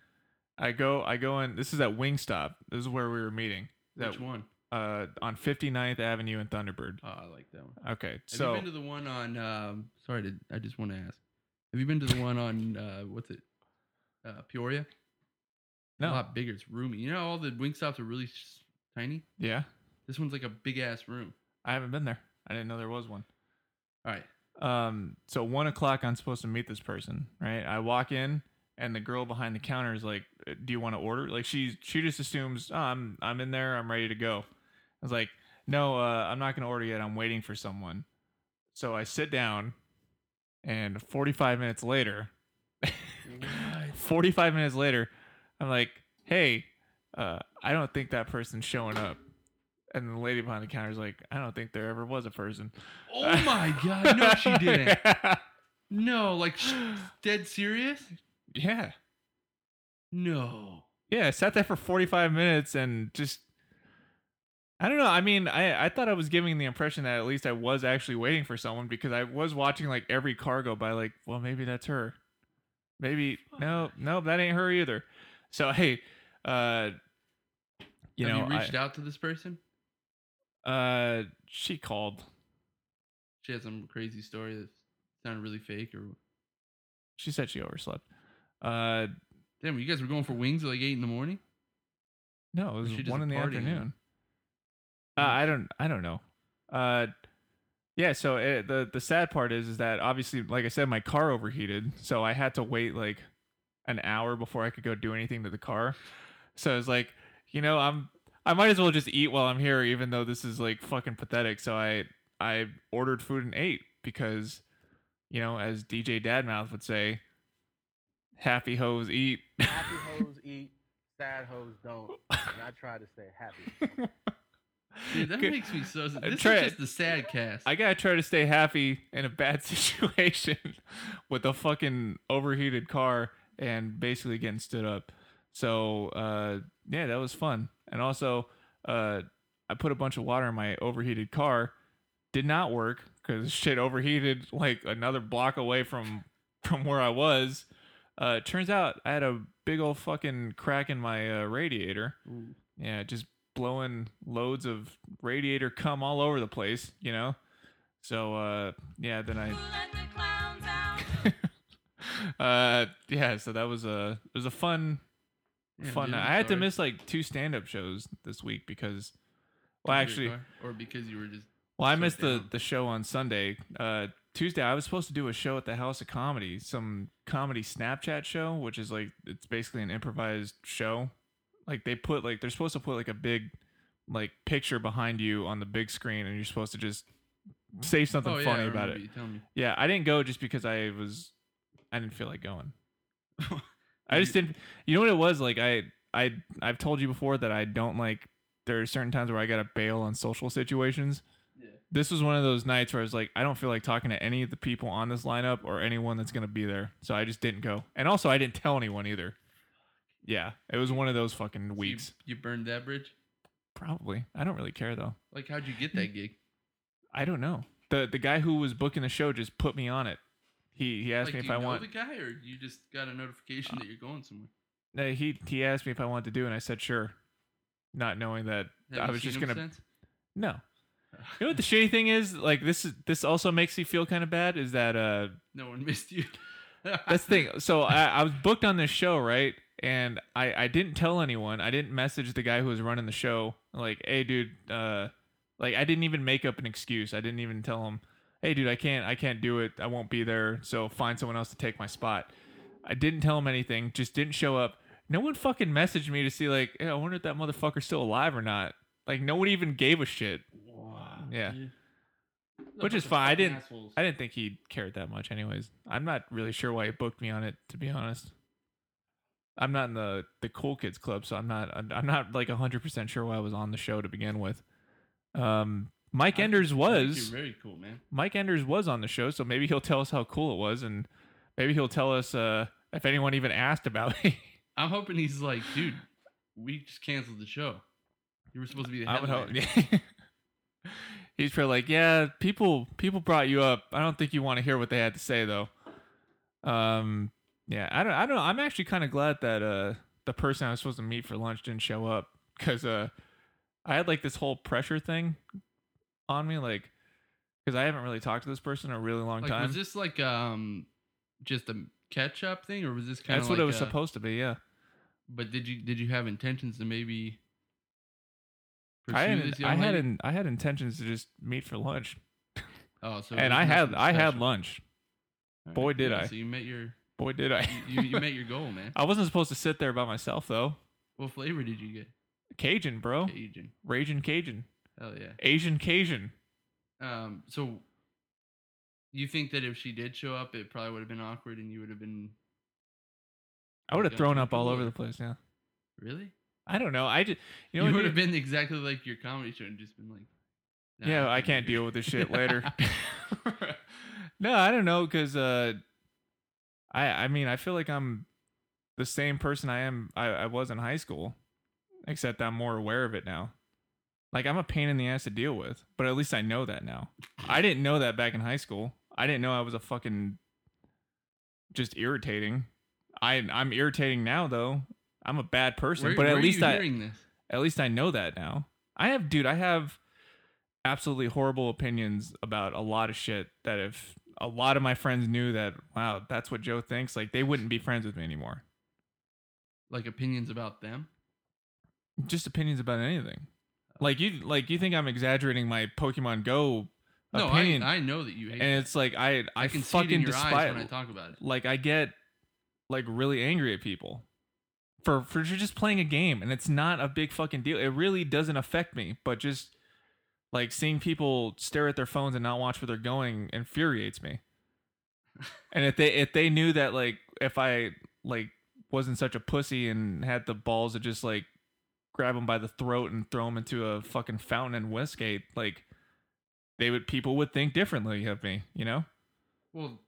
S3: I go I go in this is at Wingstop. This is where we were meeting. That
S1: Which one?
S3: uh on 59th Avenue in Thunderbird.
S1: Oh, I like that one.
S3: Okay.
S1: Have
S3: So
S1: you been to the one on? Um, sorry, to, I just want to ask. Have you been to the one on uh, what's it? Uh, Peoria. A
S3: no.
S1: lot bigger. It's roomy. You know, how all the wing stops are really s- tiny.
S3: Yeah.
S1: This one's like a big ass room.
S3: I haven't been there. I didn't know there was one.
S1: All right.
S3: Um so one o'clock I'm supposed to meet this person, right? I walk in and the girl behind the counter is like, "Uh, Do you want to order? Like she she just assumes "Oh, I'm I'm in there, I'm ready to go. I was like, no, uh, I'm not gonna order yet. I'm waiting for someone. So I sit down, and 45 minutes later, 45 minutes later, I'm like, hey, uh, I don't think that person's showing up. And the lady behind the counter is like, I don't think there ever was a person.
S1: Oh my god! No, she didn't.
S3: yeah.
S1: No, like sh- dead serious. No.
S3: Yeah, I sat there for 45 minutes and just I don't know. I mean, I I thought I was giving the impression that at least I was actually waiting for someone because I was watching like every car go by like, well, maybe that's her. Maybe no, no, that ain't her either. So, hey, uh you
S1: Have
S3: know,
S1: you
S3: I-
S1: reached out to this person?
S3: uh she called.
S1: She had some crazy story that sounded really fake. Or
S3: She said she overslept. Uh
S1: damn, you guys were going for wings at like eight in the morning.
S3: No, it
S1: she
S3: was
S1: just
S3: one
S1: a
S3: in the
S1: party animal?
S3: afternoon. Uh, I don't, I don't know. Uh, yeah. So it, the the sad part is, is that obviously, like I said, my car overheated, so I had to wait like an hour before I could go do anything to the car. So it's like, you know, I'm, I might as well just eat while I'm here, even though this is like fucking pathetic. So I, I ordered food and ate because, you know, as DJ Dadmouth would say, happy hoes eat.
S11: Happy hoes eat, sad hoes don't. And I try to stay happy.
S1: Dude, that
S3: Good-
S1: makes me so.
S3: I
S1: This
S3: try-
S1: is just the sad cast.
S3: I gotta try to stay happy in a bad situation with a fucking overheated car and basically getting stood up. So uh, yeah, that was fun. And also, uh, I put a bunch of water in my overheated car. Did not work because shit overheated like another block away from from where I was. Uh, turns out I had a big old fucking crack in my uh, radiator. Yeah, just blowing loads of radiator cum all over the place, you know. So uh yeah, then I
S2: Let the clowns out.
S3: uh yeah, so that was a it was a fun
S1: Damn,
S3: fun.
S1: dude,
S3: night.
S1: I'm
S3: I had to
S1: sorry.
S3: miss like two stand up shows this week because well
S1: Because of
S3: actually
S1: your car? or because you were just
S3: well I
S1: so
S3: missed the
S1: down.
S3: the show on Sunday. Uh Tuesday I was supposed to do a show at the House of Comedy, some comedy Snapchat show, which is like it's basically an improvised show. Like they put like they're supposed to put like a big like picture behind you on the big screen and you're supposed to just say something
S1: Oh, yeah,
S3: funny
S1: I
S3: about
S1: remember
S3: it.
S1: you telling me.
S3: Yeah, I didn't go just because I was, I didn't feel like going. I just didn't. You know what it was like? I I I've told you before that I don't like. There are certain times where I gotta bail on social situations. This was one of those nights where I was like, I don't feel like talking to any of the people on this lineup or anyone that's gonna be there, so I just didn't go. And also, I didn't tell anyone either. Yeah, it was one of those fucking weeks.
S1: You burned that bridge?
S3: Probably. I don't really care though.
S1: Like, how'd you get that gig?
S3: I don't know. The the guy who was booking the show just put me on it. He he asked
S1: like,
S3: me if
S1: do you
S3: I
S1: know
S3: want Uh,
S1: the guy, or you just got a notification that you're going somewhere.
S3: no, he he asked me if I wanted to do it and I said sure. Not knowing that
S1: Have
S3: I
S1: you
S3: was
S1: seen
S3: just
S1: him
S3: gonna
S1: since?
S3: No. You know what the shitty thing is? Like this is this also makes me feel kind of bad is that uh
S1: No one missed you.
S3: that's the thing. So I, I was booked on this show, right? And I, I didn't tell anyone. I didn't message the guy who was running the show. Like, hey, dude, uh, like I didn't even make up an excuse. I didn't even tell him, hey, dude, I can't, I can't do it. I won't be there. So find someone else to take my spot. I didn't tell him anything. Just didn't show up. No one fucking messaged me to see like, hey, I wonder if that motherfucker's still alive or not. Like, no one even gave a shit. yeah. Which
S1: bunch of
S3: is fine. I
S1: fucking
S3: didn't.
S1: assholes.
S3: I didn't think he cared that much, anyways. I'm not really sure why he booked me on it, to be honest. I'm not in the the cool kids club, so I'm not. I'm I'm not like 100 percent sure why I was on the show to begin with. Um, Mike Enders was
S1: you're very cool, man.
S3: Mike Enders was on the show, so maybe he'll tell us how cool it was, and maybe he'll tell us uh, if anyone even asked about me.
S1: I'm hoping he's like, dude, we just canceled the show. You were supposed to be the
S3: I would
S1: headliner.
S3: hope. He's probably like, yeah, people people brought you up. I don't think you want to hear what they had to say though. Um, yeah, I don't. I don't. I'm actually kind of glad that uh the person I was supposed to meet for lunch didn't show up because uh I had like this whole pressure thing on me like because I haven't really talked to this person in a really long
S1: Like,
S3: time.
S1: was this like um just a catch up thing, or was this kind of
S3: That's what it was supposed to be. Yeah.
S1: But did you did you have intentions to maybe?
S3: I
S1: pursue
S3: had
S1: this young
S3: I had
S1: lady?
S3: in, I had intentions to just meet for lunch.
S1: Oh, so it
S3: and
S1: was
S3: I had
S1: nothing
S3: I had
S1: special.
S3: lunch.
S1: All right,
S3: Boy, did
S1: yeah,
S3: I!
S1: So you met your
S3: Boy, did I!
S1: you, you met your goal, man.
S3: I wasn't supposed to sit there by myself though.
S1: What flavor did you get?
S3: Cajun, bro.
S1: Cajun.
S3: Raging Cajun.
S1: Hell yeah.
S3: Asian Cajun.
S1: Um. So you think that if she did show up, it probably would have been awkward, and you would have been
S3: I would have
S1: Gotcha.
S3: thrown up all
S1: Cool.
S3: over the place. Yeah.
S1: really.
S3: I don't know. I just you
S1: You,
S3: know what,
S1: would have
S3: dude?
S1: been exactly like your comedy show and just been like, "Nah,
S3: yeah. I can't deal with this shit later. no, I don't know because uh, I I mean I feel like I'm the same person I am I, I was in high school, except I'm more aware of it now. Like I'm a pain in the ass to deal with, but at least I know that now. I didn't know that back in high school. I didn't know I was a fucking just irritating. I I'm irritating now though. I'm a bad person,
S1: Where-
S3: but
S1: where
S3: at
S1: are
S3: least
S1: you
S3: I
S1: hearing this?
S3: at least I know that now. I have, dude, I have absolutely horrible opinions about a lot of shit that if a lot of my friends knew that, wow, that's what Joe thinks, like they wouldn't be friends with me anymore.
S1: like opinions about them.
S3: Just opinions about anything. Like you, like you think I'm exaggerating my Pokemon Go
S1: No,
S3: opinion,
S1: I, I know that you hate.
S3: and it's like I, I,
S1: I can see it in
S3: fucking
S1: your eyes
S3: despise
S1: when I talk about it.
S3: Like I get like really angry at people for for just playing a game, and it's not a big fucking deal. It really doesn't affect me, but just like seeing people stare at their phones and not watch where they're going infuriates me. and if they if they knew that like if I like wasn't such a pussy and had the balls to just like grab him by the throat and throw him into a fucking fountain in Westgate, like they would people would think differently of me, you know?
S1: Well,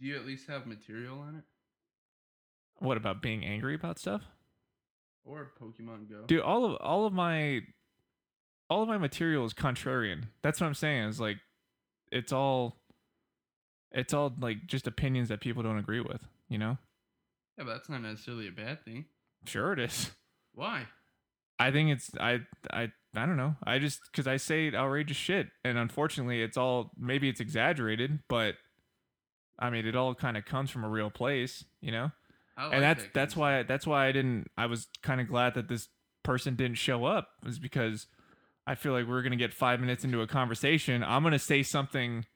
S1: do you at least have material on it
S3: What about being angry about stuff?
S1: or Pokemon Go?
S3: Dude, all of all of my all of my material is contrarian. That's what I'm saying. It's like it's all it's all like just opinions that people don't agree with, you know?
S1: yeah, but that's not necessarily a bad thing.
S3: Sure it is.
S1: Why?
S3: I think it's I I I don't know. I just because I say outrageous shit, and unfortunately, it's all maybe it's exaggerated, but I mean, it all kind of comes from a real place, you know.
S1: Oh, I like
S3: and that's
S1: that
S3: that's why that's why I didn't. I was kind of glad that this person didn't show up, is because I feel like we're gonna get five minutes into a conversation. I'm gonna say something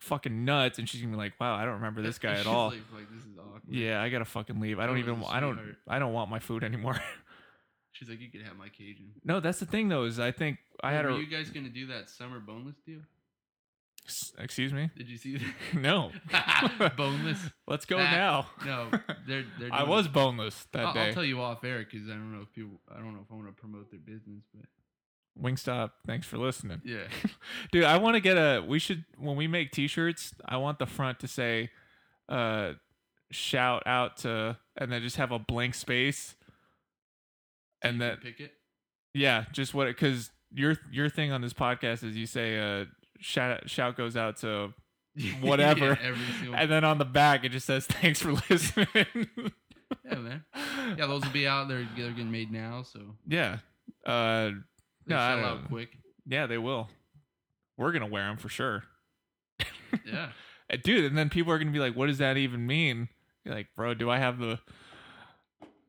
S3: fucking nuts, and she's gonna be like, "Wow, I don't remember this guy at
S1: She's
S3: all."
S1: Like, like, this is awkward.
S3: yeah, I gotta fucking leave. I don't
S1: was
S3: even.
S1: a
S3: I don't.
S1: sweetheart.
S3: I don't want my food anymore.
S1: She's like, you could have my Cajun.
S3: no, that's the thing though. Is I think I
S1: Hey,
S3: had
S1: Were
S3: a.
S1: you guys gonna do that summer boneless deal?
S3: S- Excuse me?
S1: Did you see that?
S3: No.
S1: boneless.
S3: Let's go
S1: Ah,
S3: now.
S1: No, they're, they're
S3: I
S1: doing-
S3: was boneless that
S1: I'll,
S3: day.
S1: I'll tell you off air because I don't know if people. I don't know if I want to promote their business, but
S3: Wingstop, thanks for listening.
S1: Yeah.
S3: Dude, I want to get a we should when we make t-shirts, I want the front to say uh shout out to and then just have a blank space. And then
S1: pick it.
S3: yeah, just what cuz your your thing on this podcast is you say uh shout shout goes out to whatever.
S1: Yeah, every single-
S3: and then on the back it just says thanks for listening.
S1: Yeah, man. Yeah, those will be out. They're they're getting made now, so
S3: yeah. Uh
S1: They
S3: no, I
S1: sell
S3: don't
S1: out
S3: know.
S1: quick.
S3: Yeah, they will. We're going to wear them for sure.
S1: yeah.
S3: Uh, dude and then people are gonna be like what does that even mean You're like bro do i have the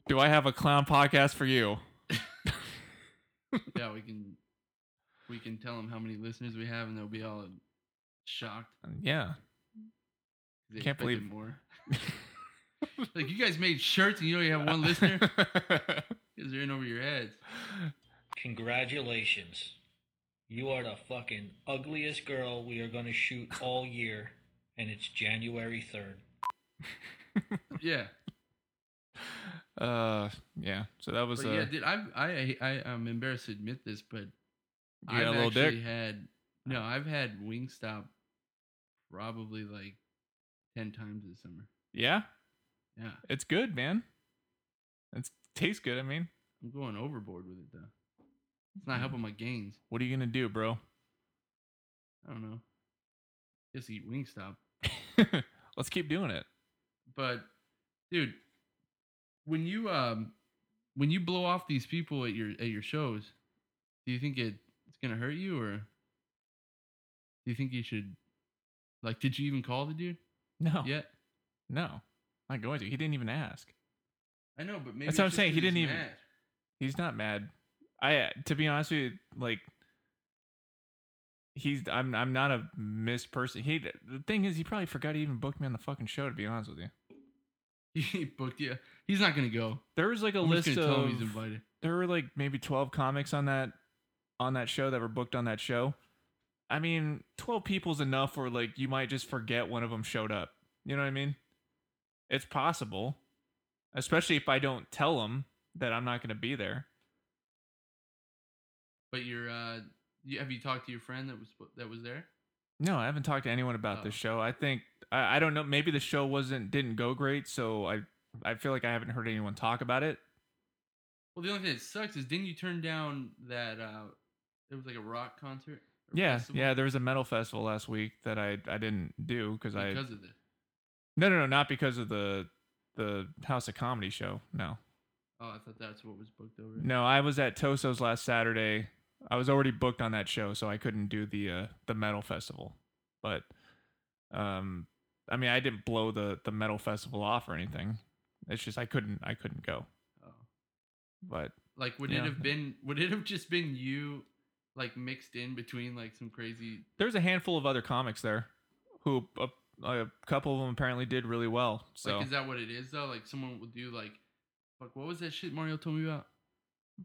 S3: do i have a clown podcast for you
S1: yeah, we can we can tell them how many listeners we have, and they'll be all shocked.
S3: yeah
S1: They
S3: Can't
S1: expected
S3: believe-
S1: more. like you guys made shirts and you only have one listener. Because they're in over your heads.
S12: Congratulations. You are the fucking ugliest girl we are going to shoot all year, and it's January 3rd.
S1: Yeah.
S3: uh yeah so that was
S1: But
S3: uh
S1: yeah, dude, I I I I'm embarrassed to admit this, but
S3: got a
S1: I've
S3: little
S1: actually
S3: dick?
S1: had no, I've had Wingstop probably like ten times this summer.
S3: yeah
S1: Yeah,
S3: it's good man it tastes good i mean
S1: I'm going overboard with it though. It's
S3: Hmm.
S1: not helping my gains.
S3: what are you gonna do bro
S1: I don't know. Just eat Wingstop.
S3: let's keep doing it
S1: But dude, when you um when you blow off these people at your at your shows, do you think it, it's gonna hurt you or do you think you should like did you even call the dude?
S3: no
S1: Yeah.
S3: no not going to he didn't even ask
S1: I know, but maybe
S3: That's what I'm
S1: it's just
S3: saying. He
S1: 'cause he's
S3: didn't even.
S1: mad.
S3: He's not mad. I uh, to be honest with you, like he's I'm I'm not a missed person. He the thing is, he probably forgot he even booked me on the fucking show. To be honest with you,
S1: he booked you. He's not gonna go.
S3: there was like a
S1: I'm just
S3: list
S1: gonna tell him
S3: of
S1: he's invited.
S3: there were like maybe twelve comics on that on that show that were booked on that show. I mean, twelve people's enough, or like you might just forget one of them showed up. You know what I mean? It's possible, especially if I don't tell them that I'm not going to be there.
S1: But you're uh you, have you talked to your friend that was that was there?
S3: No, I haven't talked to anyone about this show. I think I, I don't know. Maybe the show wasn't didn't go great, so I I feel like I haven't heard anyone talk about it.
S1: Well the only thing that sucks is didn't you turn down that uh it was like a rock concert? or
S3: yeah,
S1: festival?
S3: yeah. There was a metal festival last week that I I didn't do because I
S1: because of this.
S3: no no no not because of the the House of Comedy show. No,
S1: Oh, I thought that's what was booked over.
S3: no. I was at Toso's last Saturday. I was already booked on that show, so I couldn't do the uh, the metal festival. But um, I mean, I didn't blow the the metal festival off or anything. It's just I couldn't I couldn't go.
S1: Oh.
S3: But
S1: Like, would
S3: yeah.
S1: it have been? Would it have just been you, like mixed in between like some crazy?
S3: there's a handful of other comics there who a, a couple of them apparently did really well so
S1: Like, is that what it is though? Like, someone will do like, fuck, what was that shit Mario told me about?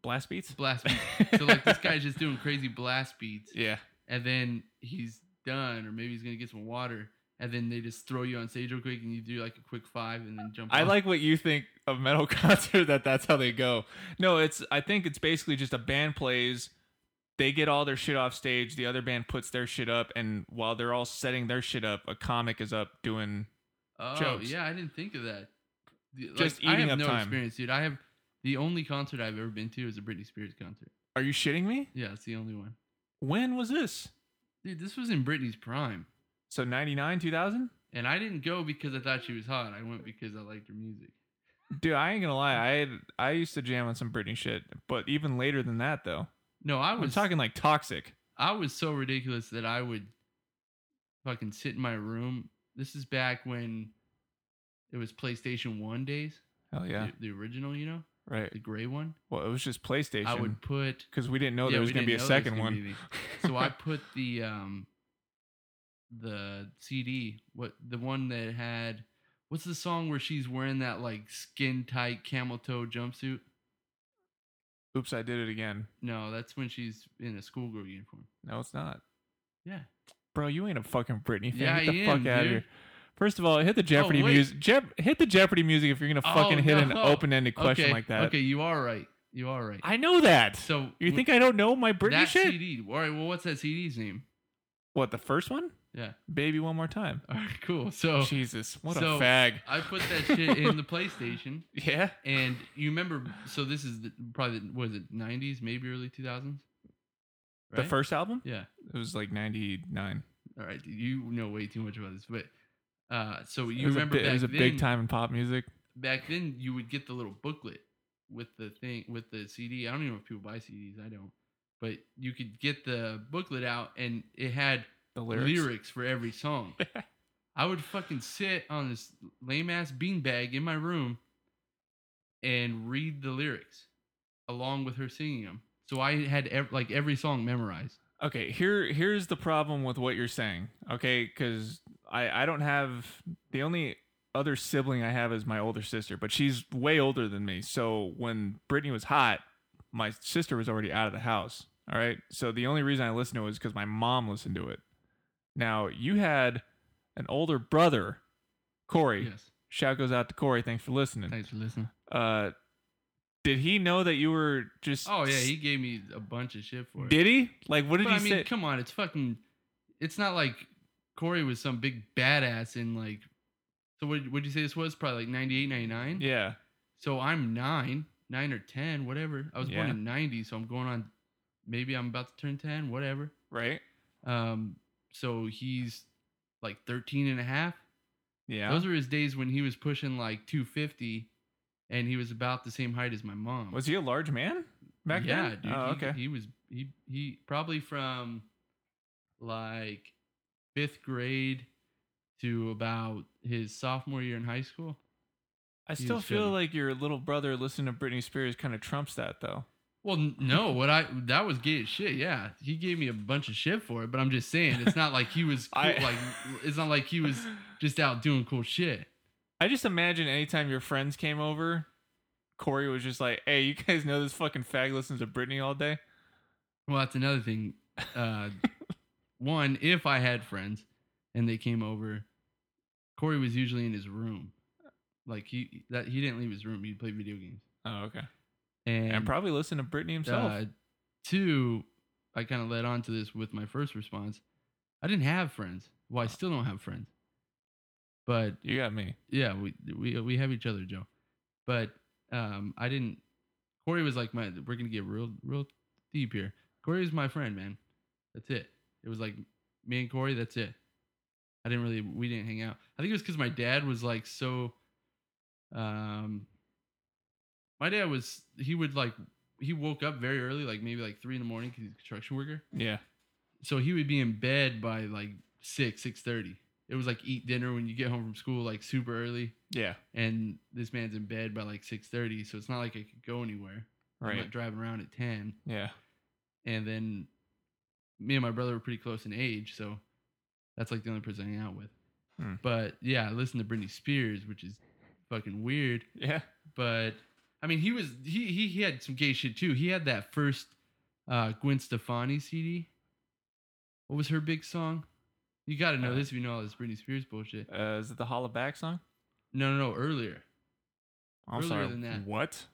S3: blast beats
S1: Blast beats. so like, this guy's just doing crazy blast beats,
S3: yeah
S1: and then he's done, or maybe he's gonna get some water, and then they just throw you on stage real quick, and you do like a quick five, and then jump.
S3: i
S1: off.
S3: like what you think of metal concert that that's how they go no it's i think it's basically just a band plays they get all their shit off stage the other band puts their shit up and while they're all setting their shit up a comic is up doing
S1: Oh
S3: jokes.
S1: yeah, I didn't think of that. The- Like,
S3: Just
S1: I
S3: eating
S1: have no
S3: up time.
S1: experience, dude. I have the only concert I've ever been to is a Britney Spears concert.
S3: are you shitting me
S1: Yeah, it's the only one.
S3: when was this
S1: Dude, this was in Britney's prime.
S3: so 99 2000
S1: And I didn't go because I thought she was hot. I went because I liked her music.
S3: dude i ain't gonna lie i had- i used to jam on some britney shit but even later than that though
S1: No, I
S3: i'm
S1: was
S3: talking like toxic
S1: I was so ridiculous that I would fucking sit in my room. This is back when it was PlayStation 1 days.
S3: Hell yeah.
S1: The, the original, you know?
S3: Right.
S1: The gray one.
S3: Well, it was just PlayStation.
S1: I would put
S3: because we didn't know
S1: Yeah,
S3: there
S1: we
S3: was going to be a
S1: didn't know there was
S3: second
S1: gonna
S3: one.
S1: be the- so I put the um the CD, what the one that had what's the song where she's wearing that like skin tight camel toe jumpsuit?
S3: Oops, I did it again.
S1: No, that's when she's in a schoolgirl uniform.
S3: No, it's not.
S1: Yeah.
S3: Bro, you ain't a fucking Britney fan.
S1: Yeah,
S3: Get the
S1: I
S3: fuck
S1: am,
S3: out of
S1: dude. Oh,
S3: here. First of all, hit the Jeopardy
S1: wait.
S3: music. Jep- hit the Jeopardy music if you're gonna fucking
S1: Oh,
S3: hit an
S1: no.
S3: open-ended question
S1: Okay,
S3: like that.
S1: Okay, you are right. You are right.
S3: I know that.
S1: So
S3: you
S1: wh-
S3: think I don't know my Britney
S1: that
S3: shit?
S1: CD. All right. Well, what's that CD's name?
S3: What the first one?
S1: Yeah.
S3: Baby, one more time.
S1: All right. Cool. So
S3: Jesus, what
S1: Oh, so
S3: a fag.
S1: I put that shit in the PlayStation.
S3: Yeah.
S1: And you remember? So this is the, probably the, was it 90s, maybe early 2000s.
S3: The first album?
S1: Yeah.
S3: It was like '99.
S1: All right, dude, you know way too much about this, but uh, so
S3: It
S1: you
S3: was a
S1: remember
S3: bi-
S1: back
S3: it was a
S1: then,
S3: big time in pop music.
S1: Back then, you would get the little booklet with the thing with the CD. I don't even know if people buy CDs. I don't, but you could get the booklet out, and it had
S3: The lyrics.
S1: for every song. I would fucking sit on this lame ass beanbag in my room and read the lyrics along with her singing them. So I had ev- like every song memorized.
S3: Okay, here here's the problem with what you're saying. Okay, because I I don't have the only other sibling I have is my older sister, but she's way older than me. So when Brittany was hot, my sister was already out of the house. All right, so the only reason I listened to it was because my mom listened to it. Now you had an older brother, Corey.
S1: Yes.
S3: Shout goes out to Corey. Thanks for listening.
S1: Thanks for listening.
S3: Uh, did he know that you were just?
S1: Oh yeah, he gave me a bunch of shit for it.
S3: Did he? Like, what did
S1: but,
S3: he
S1: I mean,
S3: say?
S1: Come on, it's fucking. It's not like Corey was some big badass in like. So what would you say this was? Probably like 98, 99?
S3: Yeah.
S1: So I'm nine, nine or ten, whatever. I was born
S3: Yeah.
S1: in ninety, so I'm going on. Maybe I'm about to turn ten, whatever.
S3: Right.
S1: Um. So he's like 13 and a half.
S3: Yeah.
S1: Those were his days when he was pushing like 250, and he was about the same height as my mom.
S3: Was he a large man back
S1: yeah,
S3: then?
S1: dude.
S3: Oh,
S1: he,
S3: okay.
S1: He was he he probably from like fifth grade to about his sophomore year in high school.
S3: I
S1: he
S3: still
S1: was
S3: feel
S1: chilling.
S3: like your little brother listening to Britney Spears kind of trumps that though.
S1: Well, n- no, what I that was gay as shit. Yeah, he gave me a bunch of shit for it, but I'm just saying it's not like he was cool,
S3: I-
S1: like it's not like he was just out doing cool shit.
S3: I just imagine anytime your friends came over, Corey was just like, "Hey, you guys know this fucking fag listens to Britney all day."
S1: Well, that's another thing. Uh, one, if I had friends and they came over, Corey was usually in his room. Like he that he didn't leave his room. He'd play video games.
S3: Oh, okay.
S1: And,
S3: And, probably listen to Britney himself.
S1: uh, two, I kind of led on to this with my first response. I didn't have friends.
S3: Uh.
S1: Well, I still don't have friends. But
S3: you got me.
S1: yeah, we we we have each other, Joe. But um, I didn't. Corey was like my. We're gonna get real real deep here. Corey was my friend, man. That's it. It was like me and Corey. That's it. I didn't really. We didn't hang out. I think it was because my dad was like so. Um. My dad was. He would like. He woke up very early, like maybe like three in the morning, because he's a construction worker
S3: Yeah.
S1: so he would be in bed by like six six thirty. It was like eat dinner when you get home from school like super early,
S3: Yeah.
S1: and this man's in bed by like six thirty. So it's not like I could go anywhere. I'm
S3: Right.
S1: not driving around at ten,
S3: Yeah.
S1: and then me and my brother were pretty close in age, so that's like the only person I hang out with.
S3: Hmm.
S1: But yeah, I listened to Britney Spears, which is fucking weird.
S3: Yeah.
S1: But I mean, he was he he, he had some gay shit too. He had that first uh, Gwen Stefani CD. What was her big song? You got to know
S3: Uh,
S1: this if you know all this Britney Spears bullshit.
S3: Uh, is it the Holla Back song?
S1: No, no, no. Earlier.
S3: I'm
S1: Earlier
S3: sorry.
S1: than that.
S3: What?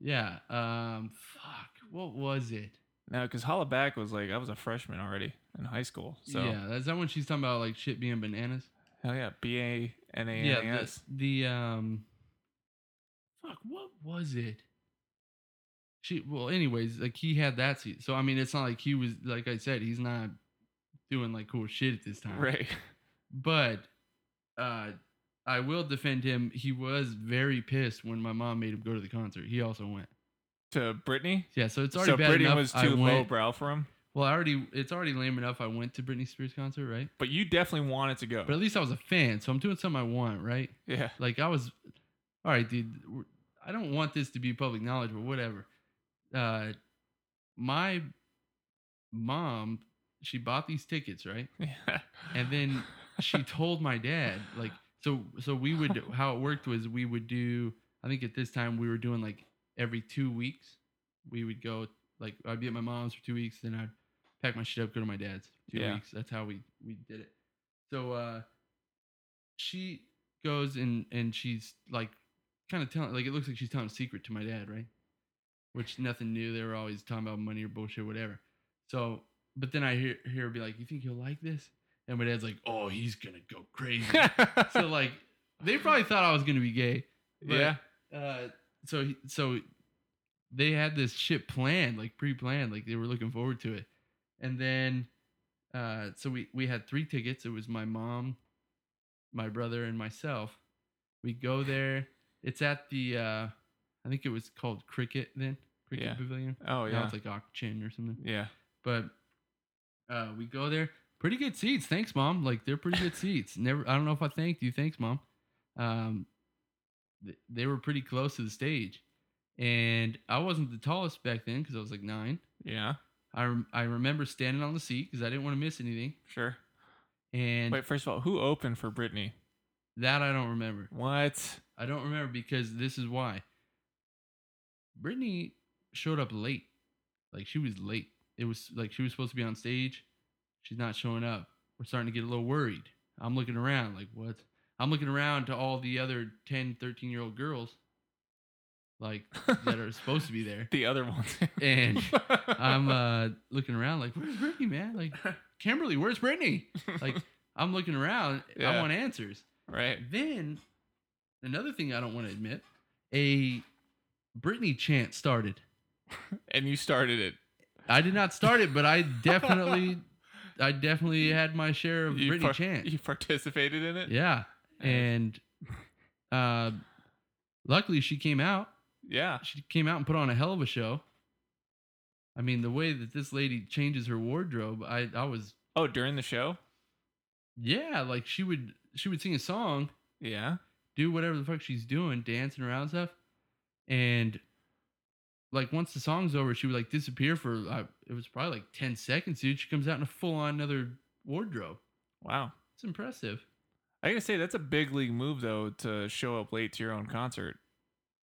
S1: Yeah. Um. Fuck. What was it?
S3: No, because Holla Back was like I was a freshman already in high school. So
S1: Yeah. That's that when she's talking about like shit being bananas.
S3: hell yeah, B A N A N A
S1: Yeah.
S3: S.
S1: The, the um. Fuck. What was it? She. Well, anyways, like he had that seat. So I mean, it's not like he was. Like I said, he's not doing like cool shit at this time.
S3: Right.
S1: but uh I will defend him. He was very pissed when my mom made him go to the concert. He also went.
S3: To Britney.
S1: Yeah, so it's already
S3: so
S1: bad
S3: Britney
S1: enough
S3: was
S1: I
S3: too
S1: went-
S3: lowbrow for him.
S1: Well, I already it's already lame enough I went to Britney Spears concert, right?
S3: But you definitely wanted to go.
S1: But at least I was a fan, so I'm doing something I want, right?
S3: Yeah.
S1: Like I was All right, dude. we're- I don't want this to be public knowledge, but whatever. Uh my mom, she bought these tickets, right?
S3: Yeah.
S1: and then she told my dad like so so we would how it worked was we would do i think at this time we were doing like every two weeks we would go like i'd be at my mom's for two weeks then i'd pack my shit up go to my dad's for two
S3: Yeah.
S1: weeks. That's how we we did it. So uh, she goes and and she's like kind of telling like it looks like she's telling a secret to my dad, right? Which nothing new. They were always talking about money or bullshit, whatever. So, but then I hear hear her be like, "You think he'll like this?" And my dad's like, "Oh, he's gonna go crazy." so like, they probably thought I was gonna be gay.
S3: Yeah.
S1: Uh, so he- so they had this shit planned, like pre-planned, like they were looking forward to it. And then uh so we we had three tickets. It was my mom, my brother and myself. We go there. It's at the uh I think it was called Cricket then. Cricket
S3: Yeah.
S1: Pavilion.
S3: Oh,
S1: Now
S3: yeah.
S1: it's like Auction or something.
S3: Yeah.
S1: But uh we go there. Pretty good seats. Thanks, mom. Like they're pretty good seats. Never I don't know if I thanked you. Thanks, mom. Um th- they were pretty close to the stage. And I wasn't the tallest back then because I was like nine.
S3: Yeah.
S1: I, rem- I remember standing on the seat because I didn't want to miss anything.
S3: Sure.
S1: And
S3: Wait, first of all, who opened for Britney?
S1: that I don't remember.
S3: What?
S1: I don't remember because this is why. Brittany showed up late. Like she was late. It was like she was supposed to be on stage. She's not showing up. We're starting to get a little worried. I'm looking around like what? I'm looking around to all the other 10, 13 year old girls like that are supposed to be there.
S3: The other ones.
S1: and I'm uh, looking around like, where's Brittany, man? Like, Kimberly, where's Brittany? Like, I'm looking around. I
S3: Yeah.
S1: want answers.
S3: Right.
S1: Then, another thing I don't want to admit, a Brittany chant started.
S3: and you started it.
S1: I did not start it, but I definitely, I definitely had my share of
S3: You
S1: Brittany
S3: par-
S1: chant.
S3: You participated in it?
S1: Yeah, and uh, luckily she came out.
S3: Yeah.
S1: She came out and put on a hell of a show. I mean, the way that this lady changes her wardrobe, I I was
S3: Oh, during the show?
S1: yeah, like she would she would sing a song,
S3: Yeah.
S1: do whatever the fuck she's doing, dancing around and stuff, and like once the song's over, she would like disappear for uh, it was probably like ten seconds, dude. She comes out in a full on another wardrobe.
S3: Wow.
S1: It's impressive.
S3: I gotta say that's a big league move though to show up late to your own concert.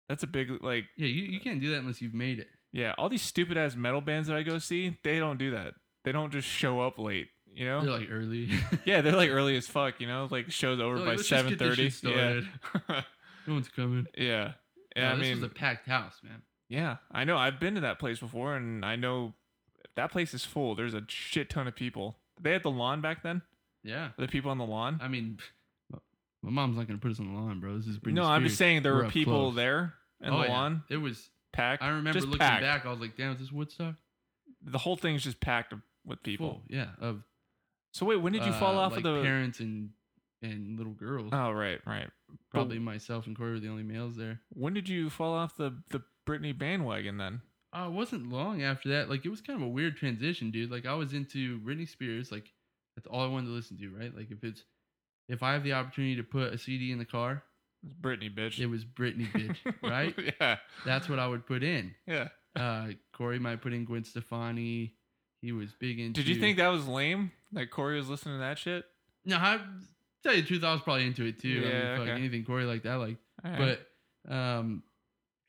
S3: That's a big like
S1: Yeah, you, you can't do that unless you've made it.
S3: yeah. All these stupid ass metal bands that I go see, they don't do that. They don't just show up late. You know,
S1: They're like early.
S3: yeah, they're like early as fuck. You know, like shows over
S1: They're like,
S3: by
S1: "Let's just
S3: seven
S1: get this
S3: thirty.
S1: shit
S3: Yeah,
S1: started." no one's coming.
S3: yeah. And
S1: Yeah,
S3: I
S1: this
S3: mean,
S1: was a packed house, man.
S3: yeah, I know. I've been to that place before, and I know that place is full. There's a shit ton of people. They had the lawn back then.
S1: Yeah.
S3: The people on the lawn.
S1: I mean, my mom's not gonna put us on the lawn, bro. This is Britney
S3: no, I'm
S1: Spears.
S3: just saying there were
S1: up
S3: people
S1: close.
S3: there in
S1: Oh,
S3: the
S1: yeah.
S3: lawn.
S1: It was
S3: Packed.
S1: I remember
S3: Just
S1: looking
S3: packed.
S1: back. I was like, "Damn, is this Woodstock?"
S3: The whole thing's just packed with people.
S1: Full, yeah. Of
S3: So wait, when did you fall
S1: uh,
S3: off
S1: like
S3: of the?
S1: parents and and little girls?
S3: Oh right, right.
S1: Probably
S3: But
S1: myself and Corey were the only males there.
S3: When did you fall off the the Britney bandwagon then?
S1: Uh, it wasn't long after that. Like it was kind of a weird transition, dude. Like I was into Britney Spears. Like that's all I wanted to listen to, right? Like if it's if I have the opportunity to put a CD in the car,
S3: It's Britney bitch.
S1: it was Britney, bitch, right?
S3: yeah.
S1: That's what I would put in.
S3: Yeah.
S1: Uh, Corey might put in Gwen Stefani. He was big into.
S3: Did you think that was lame? That Corey was listening to that shit?
S1: No, I tell you the truth, I was probably into it too. I
S3: Yeah,
S1: mean, fuck,
S3: okay.
S1: anything Corey liked, I liked.
S3: All right.
S1: But um,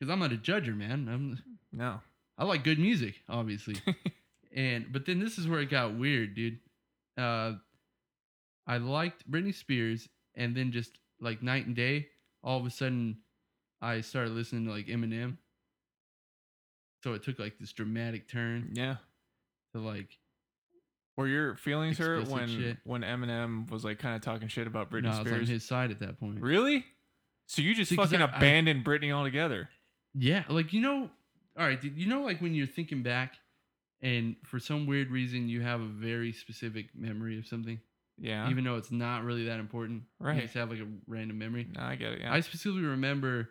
S1: because I'm not a judger, man. I'm
S3: No.
S1: I like good music, obviously. and but then this is where it got weird, dude. Uh, I liked Britney Spears, and then just like night and day, all of a sudden, I started listening to like Eminem. So it took like this dramatic turn
S3: Yeah.
S1: to like
S3: Were your feelings hurt
S1: Explicit
S3: when
S1: shit.
S3: when Eminem was like kind of talking shit about Britney
S1: no, I was on
S3: Spears?
S1: his side at that point.
S3: Really? So you just
S1: See, 'cause
S3: fucking
S1: I- I-
S3: abandoned Britney altogether?
S1: Yeah, like you know, all right, dude, you know, like when you're thinking back, and for some weird reason you have a very specific memory of something,
S3: Yeah.
S1: even though it's not really that important.
S3: Right.
S1: You just have like a random memory.
S3: no, I get it. Yeah.
S1: I specifically remember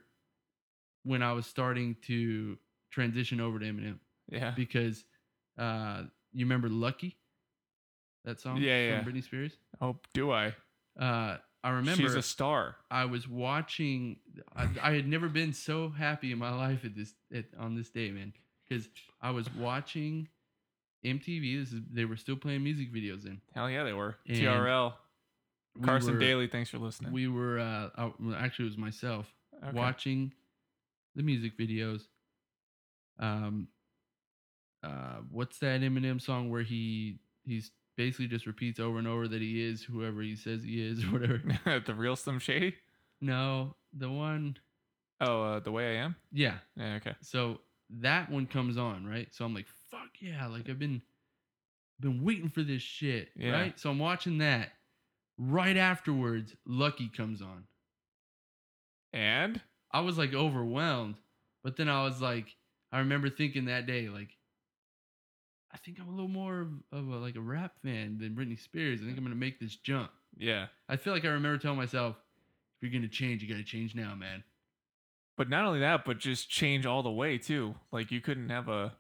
S1: when I was starting to transition over to Eminem
S3: yeah.
S1: because uh, you remember "Lucky," that song,
S3: Yeah,
S1: from Britney Spears.
S3: Oh, do I?
S1: Uh, I remember
S3: She's a star.
S1: I was watching. I, I had never been so happy in my life at this at, on this day, man. Because I was watching MTV. This is, they were still playing music videos in.
S3: Hell yeah, they were.
S1: And
S3: TRL.
S1: we
S3: Carson
S1: were-
S3: Daly, thanks for listening.
S1: We were uh, I, well, actually it was myself
S3: Okay.
S1: watching the music videos. Um, uh, what's that Eminem song where he he's basically just repeats over and over that he is whoever he says he is, whatever.
S3: the real Slim Shady?
S1: No, the one.
S3: Oh, uh, the way I am.
S1: Yeah.
S3: Yeah. Okay.
S1: So that one comes on, right? So I'm like, fuck yeah, like I've been been waiting for this shit,
S3: Yeah.
S1: right? So I'm watching that. Right afterwards, Lucky comes on.
S3: And
S1: I was like overwhelmed, but then I was like I remember thinking that day like I think I'm a little more of- of a, like a rap fan than Britney Spears. I think I'm going to make this jump.
S3: Yeah.
S1: I feel like I remember telling myself if you're going to change, you got to change now, man.
S3: But not only that, but just change all the way too. Like you couldn't have a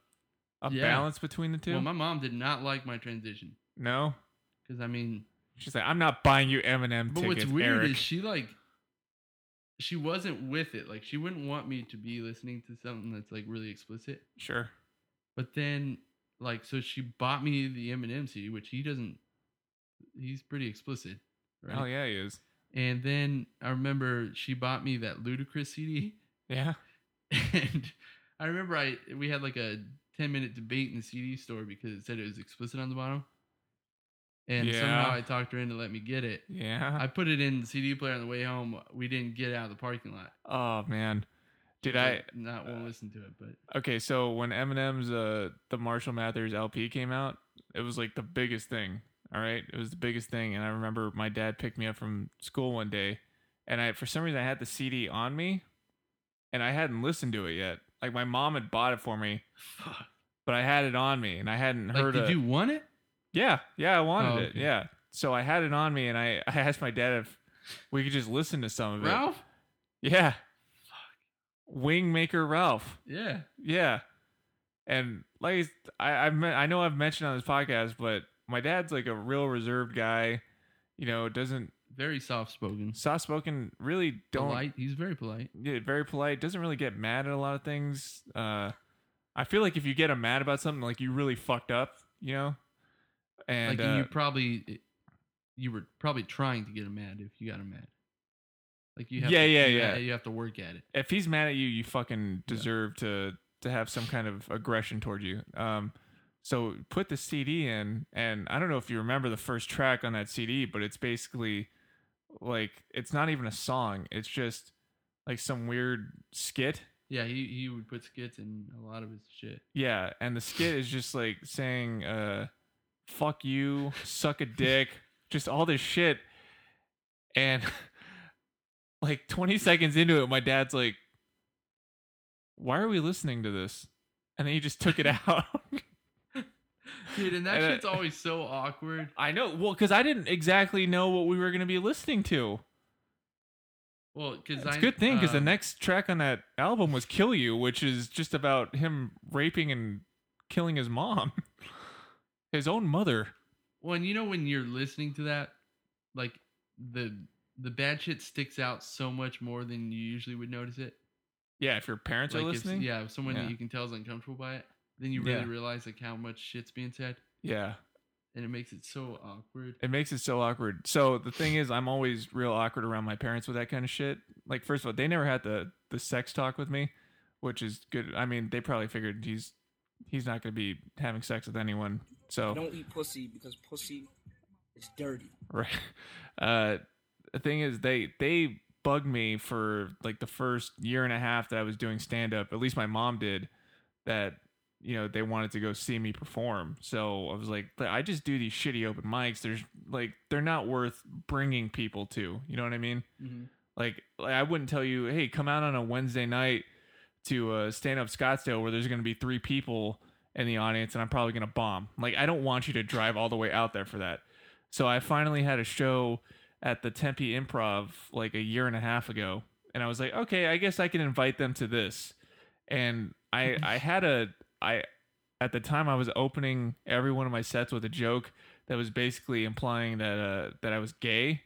S3: a
S1: Yeah.
S3: balance between the two.
S1: Well, my mom did not like my transition
S3: no.
S1: cuz I mean
S3: She's like, I'm not buying you Eminem
S1: But
S3: tickets,
S1: what's weird
S3: Eric.
S1: is she like she wasn't with it. Like she wouldn't want me to be listening to something that's like really explicit.
S3: Sure.
S1: But then like so she bought me the Eminem CD, which he doesn't he's pretty explicit. Right?
S3: Oh yeah, he is.
S1: And then I remember she bought me that Ludacris CD.
S3: Yeah.
S1: And I remember I we had like a 10 minute debate in the CD store because it said it was explicit on the bottom. And
S3: Yeah.
S1: somehow I talked her in to let me get it.
S3: Yeah.
S1: I put it in the CD player on the way home. We didn't get out of the parking lot.
S3: Oh man. Did I?
S1: Not won't listen to it, but
S3: Okay, so when Eminem's uh the Marshall Mathers LP came out, it was like the biggest thing. All right, it was the biggest thing, and I remember my dad picked me up from school one day, and I for some reason I had the CD on me, and I hadn't listened to it yet. Like my mom had bought it for me, but I had it on me, and I hadn't
S1: like,
S3: heard.
S1: did
S3: a-
S1: you want it?
S3: yeah, yeah, I wanted
S1: Oh,
S3: it.
S1: okay.
S3: Yeah. So I had it on me and I, I asked my dad if we could just listen to some of it.
S1: Ralph?
S3: Yeah. Wingmaker Ralph.
S1: Yeah.
S3: Yeah. And like he's- I I've men- I know I've mentioned on this podcast, but my dad's like a real reserved guy. You know, doesn't
S1: Very soft spoken.
S3: soft spoken really don't
S1: Polite. He's very polite.
S3: yeah, very polite. Doesn't really get mad at a lot of things. Uh, I feel like if you get him mad about something, like you really fucked up, you know. And
S1: like
S3: uh,
S1: you probably you were probably trying to get him mad if you got him mad. Like you have
S3: Yeah,
S1: to,
S3: yeah,
S1: you-
S3: yeah.
S1: You have to work at it.
S3: if he's mad at you, you fucking deserve to to have some kind of aggression toward you. Um, so put the CD in, and I don't know if you remember the first track on that CD, but it's basically like it's not even a song; it's just like some weird skit.
S1: Yeah, he, he would put skits in a lot of his shit.
S3: Yeah, and the skit is just like saying, uh, "Fuck you, suck a dick," just all this shit. And like 20 seconds into it, my dad's like, "Why are we listening to this?" And then he just took it out.
S1: Dude, and that
S3: And uh, I-
S1: shit's always so awkward.
S3: I know, well, because I didn't exactly know what we were gonna be listening to.
S1: Well, um, because
S3: It's a good thing because the next track on that album was "Kill You," which is just about him raping and killing his mom, his own mother.
S1: Well, and you know when you're listening to that, like the the bad shit sticks out so much more than you usually would notice it.
S3: Yeah, if your parents
S1: like
S3: are
S1: if-
S3: listening.
S1: yeah, if someone
S3: Yeah.
S1: that you can tell is uncomfortable by it, then you really
S3: Yeah.
S1: realize like how much shit's being said,
S3: Yeah.
S1: and it makes it so awkward.
S3: It makes it so awkward. So the thing is, I'm always real awkward around my parents with that kind of shit. Like, first of all, they never had the the sex talk with me, which is good. I mean, they probably figured he's he's not gonna be having sex with anyone. So
S13: Don't eat pussy because pussy is dirty.
S3: Right. Uh, the thing is, they they bugged me for like the first year and a half that I was doing stand up. At least my mom did. That you know they wanted to go see me perform. So I was like, "But I just do these shitty open mics. There's like they're not worth bringing people to. You know what I mean?
S1: Mhm.
S3: Like, like I wouldn't tell you, hey, come out on a Wednesday night to uh, stand up Scottsdale where there's going to be three people in the audience and I'm probably going to bomb. Like I don't want you to drive all the way out there for that. So I finally had a show at the Tempe Improv like a year and a half ago, and I was like, okay, I guess I can invite them to this. And I I had a I at the time I was opening every one of my sets with a joke that was basically implying that uh that I was gay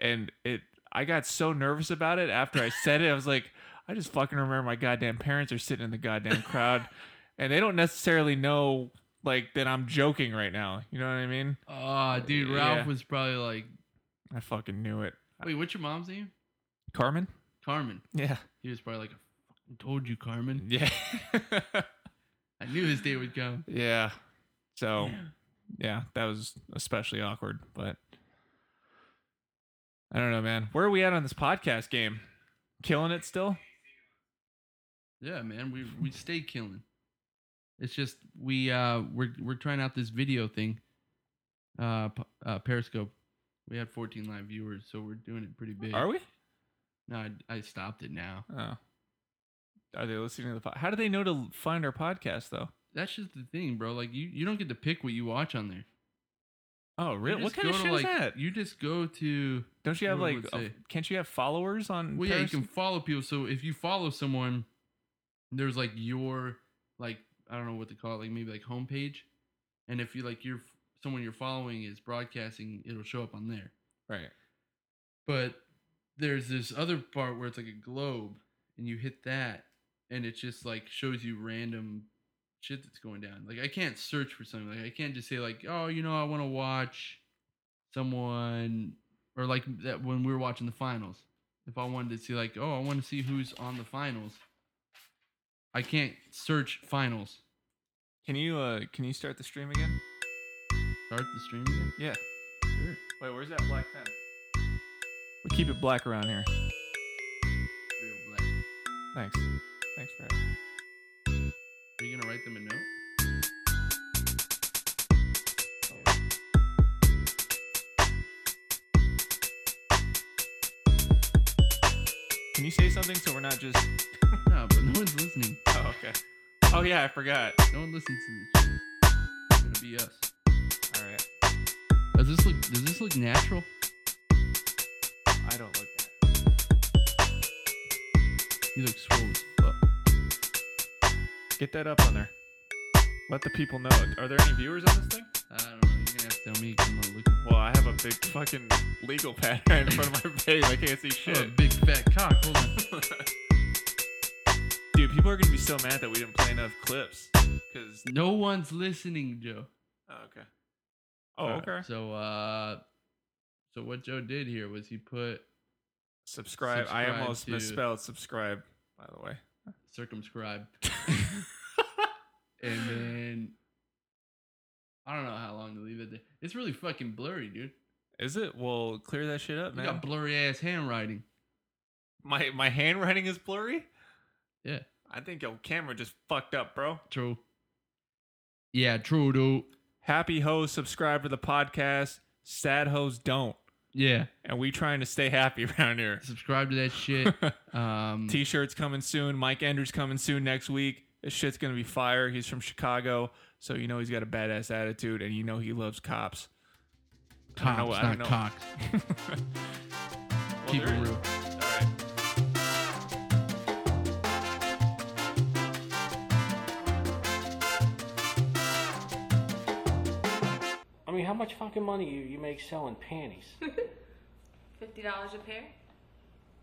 S3: and it I got so nervous about it after I said it. I was like, I just fucking remember my goddamn parents are sitting in the goddamn crowd and they don't necessarily know like that I'm joking right now. You know what I mean?
S1: Ah, dude, Ralph
S3: Yeah.
S1: was probably like,
S3: I fucking knew it.
S1: "Wait, what's your mom's name?"
S3: Carmen?
S1: Carmen.
S3: Yeah.
S1: He was probably like, "I fucking told you, Carmen."
S3: Yeah. Mm-hmm.
S1: I knew this day would come.
S3: Yeah. So yeah, that was especially awkward. But I don't know, man. Where are we at on this podcast game? Killing it still?
S1: Yeah, man, we we stay killing. It's just we uh we're we're trying out this video thing. Uh, p- uh Periscope. We had 14 live viewers, so we're doing it pretty big.
S3: Are we?
S1: No, I, I stopped it now.
S3: Oh. Are they listening to the pod? How do they know to l- find our podcast though?
S1: That's just the thing, bro. Like you you don't get to pick what you watch on there.
S3: Oh,
S1: You
S3: really? What
S1: just
S3: kind of
S1: go to,
S3: shit is
S1: like-
S3: that?
S1: You just go to.
S3: Don't you have
S1: what
S3: like?
S1: would it
S3: A,
S1: say?
S3: can't you have followers on?
S1: Well, yeah, you
S3: Peris-
S1: can follow people. So if you follow someone, there's like your like I don't know what to call it, like maybe like homepage, and if you like your someone you're following is broadcasting, it'll show up on there.
S3: Right.
S1: But there's this other part where it's like a globe, and you hit that, and it just like shows you random shit that's going down. Like I can't search for something. Like I can't just say like, oh, you know, I want to watch someone or like that when we were watching the finals. If I wanted to see like, oh, I want to see who's on the finals. I can't search finals.
S3: Can you uh can you start the stream again?
S1: Start the stream again?
S3: Yeah.
S1: Sure.
S3: Wait, where's that black pen? We keep it black around here.
S1: Real black.
S3: Thanks. Thanks for having me.
S1: Are you gonna write them a note?
S3: Can you say something so we're not just
S1: No, but no one's listening.
S3: Oh okay. Oh yeah, I forgot.
S1: No one listens to this. It's gonna be us.
S3: Alright.
S1: Does this look? Does this look natural?
S3: I don't look that.
S1: You look swole as fuck.
S3: Get that up on there. Let the people know. Are there any viewers on this thing?
S1: I don't know. You're gonna have to tell me. 'cause I'm not looking.
S3: Well, I have a big fucking legal pad right in front of my face. I can't see
S1: Oh,
S3: shit.
S1: big fat cock. Hold on.
S3: Dude, people are gonna be so mad that we didn't play enough clips. Cause
S1: No one's listening, Joe.
S3: oh, okay. Oh,
S1: All right,
S3: okay.
S1: So, uh, so what Joe did here was he put
S3: Subscribe. I
S1: Subscribe
S3: almost
S1: to-
S3: misspelled subscribe, by the way.
S1: circumscribe, and then I don't know how long to leave it there. It's really fucking blurry, dude.
S3: Is it? Well, clear that shit up,
S1: You
S3: man.
S1: got blurry ass handwriting.
S3: my my handwriting is blurry.
S1: Yeah.
S3: I think your camera just fucked up, bro.
S1: True. Yeah, true, dude.
S3: Happy hoes subscribe to the podcast. Sad hoes don't.
S1: Yeah.
S3: And we trying to stay happy around here.
S1: Subscribe to that shit. Um,
S3: T-shirts coming soon. Mike Ender's coming soon next week. This shit's gonna be fire. He's from Chicago, so you know he's got a badass attitude, and you know he loves cops. I don't know
S1: Cops,
S3: what- I
S1: not
S3: don't know.
S1: cocks.
S3: Well,
S1: Keep
S3: there
S1: it
S3: is-
S1: real.
S3: All right.
S12: I mean, how much fucking money you, you make selling panties?
S14: Fifty dollars a pair?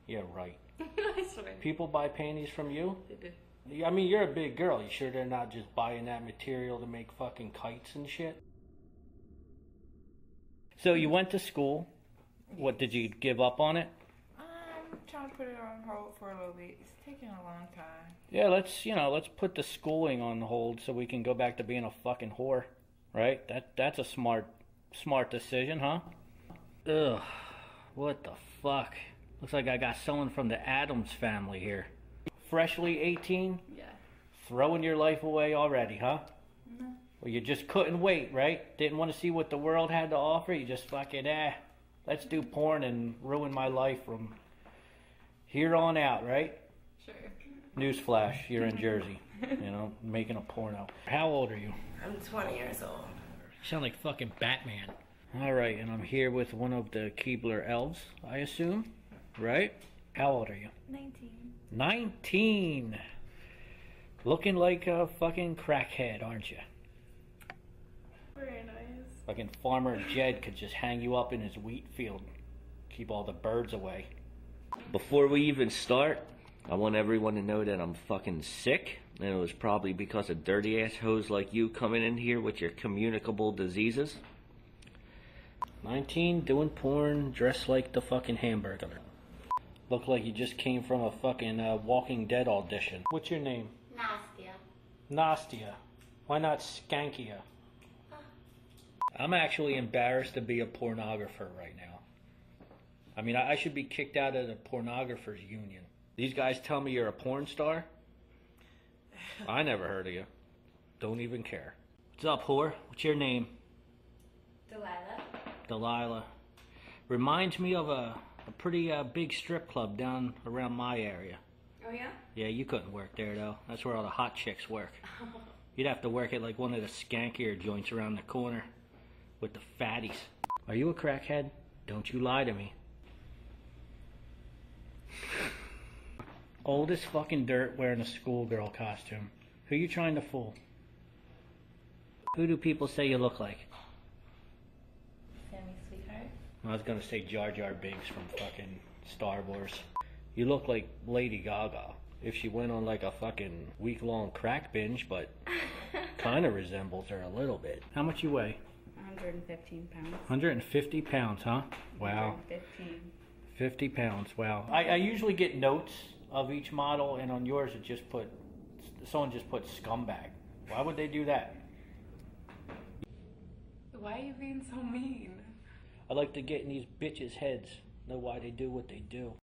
S12: yeah, right.
S14: I swear.
S12: People buy panties from you?
S14: They do.
S12: I mean, you're a big girl. You sure they're not just buying that material to make fucking kites and shit? So you went to school. What did you give up on it?
S15: I'm trying to put it on hold for a little bit. It's taking a long time.
S12: Yeah, let's you know, let's put the schooling on hold so we can go back to being a fucking whore, right? That that's a smart smart decision, huh? Ugh, what the fuck? Looks like I got someone from the Adams family here. Freshly 18,
S14: Yeah.
S12: throwing your life away already, huh?
S14: No.
S12: Well, you just couldn't wait, right? Didn't want to see what the world had to offer. You just fucking eh. Let's do porn and ruin my life from here on out, right?
S14: Sure.
S12: Newsflash, you're in Jersey, you know, making a porno. How old are you?
S16: I'm 20 years old.
S12: Sound like fucking Batman. All right, and I'm here with one of the Keebler elves, I assume, right? How old are you?
S15: 19.
S12: 19. Looking like a fucking crackhead, aren't you?
S14: Very nice.
S12: Fucking Farmer Jed could just hang you up in his wheat field, keep all the birds away.
S17: Before we even start, I want everyone to know that I'm fucking sick, and it was probably because of dirty ass hoes like you coming in here with your communicable diseases.
S12: 19, doing porn, dressed like the fucking hamburger. Look like you just came from a fucking uh, Walking Dead audition. What's your name?
S18: Nastia.
S12: Nastia. Why not Skankia? I'm actually embarrassed to be a pornographer right now. I mean, I, I should be kicked out of the pornographers union. These guys tell me you're a porn star. I never heard of you. Don't even care. What's up, whore? What's your name?
S14: Delilah.
S12: Delilah. Reminds me of a, a pretty uh, big strip club down around my area.
S14: Oh yeah.
S12: Yeah, you couldn't work there though. That's where all the hot chicks work. You'd have to work at like one of the skankier joints around the corner with the fatties. Are you a crackhead? Don't you lie to me. Old as fucking dirt wearing a schoolgirl costume. Who you trying to fool? Who do people say you look like?
S14: Sammy, sweetheart.
S12: I was gonna say Jar Jar Binks from fucking Star Wars. You look like Lady Gaga if she went on like a fucking week long crack binge, but kind of resembles her a little bit. How much you weigh?
S14: 115 pounds.
S12: 150 pounds, huh? Wow.
S14: 115.
S12: 50 pounds, wow. I, I usually get notes of each model, and on yours it just put, someone just put scumbag. Why would they do that?
S14: Why are you being so mean?
S12: I like to get in these bitches' heads, know why they do what they do.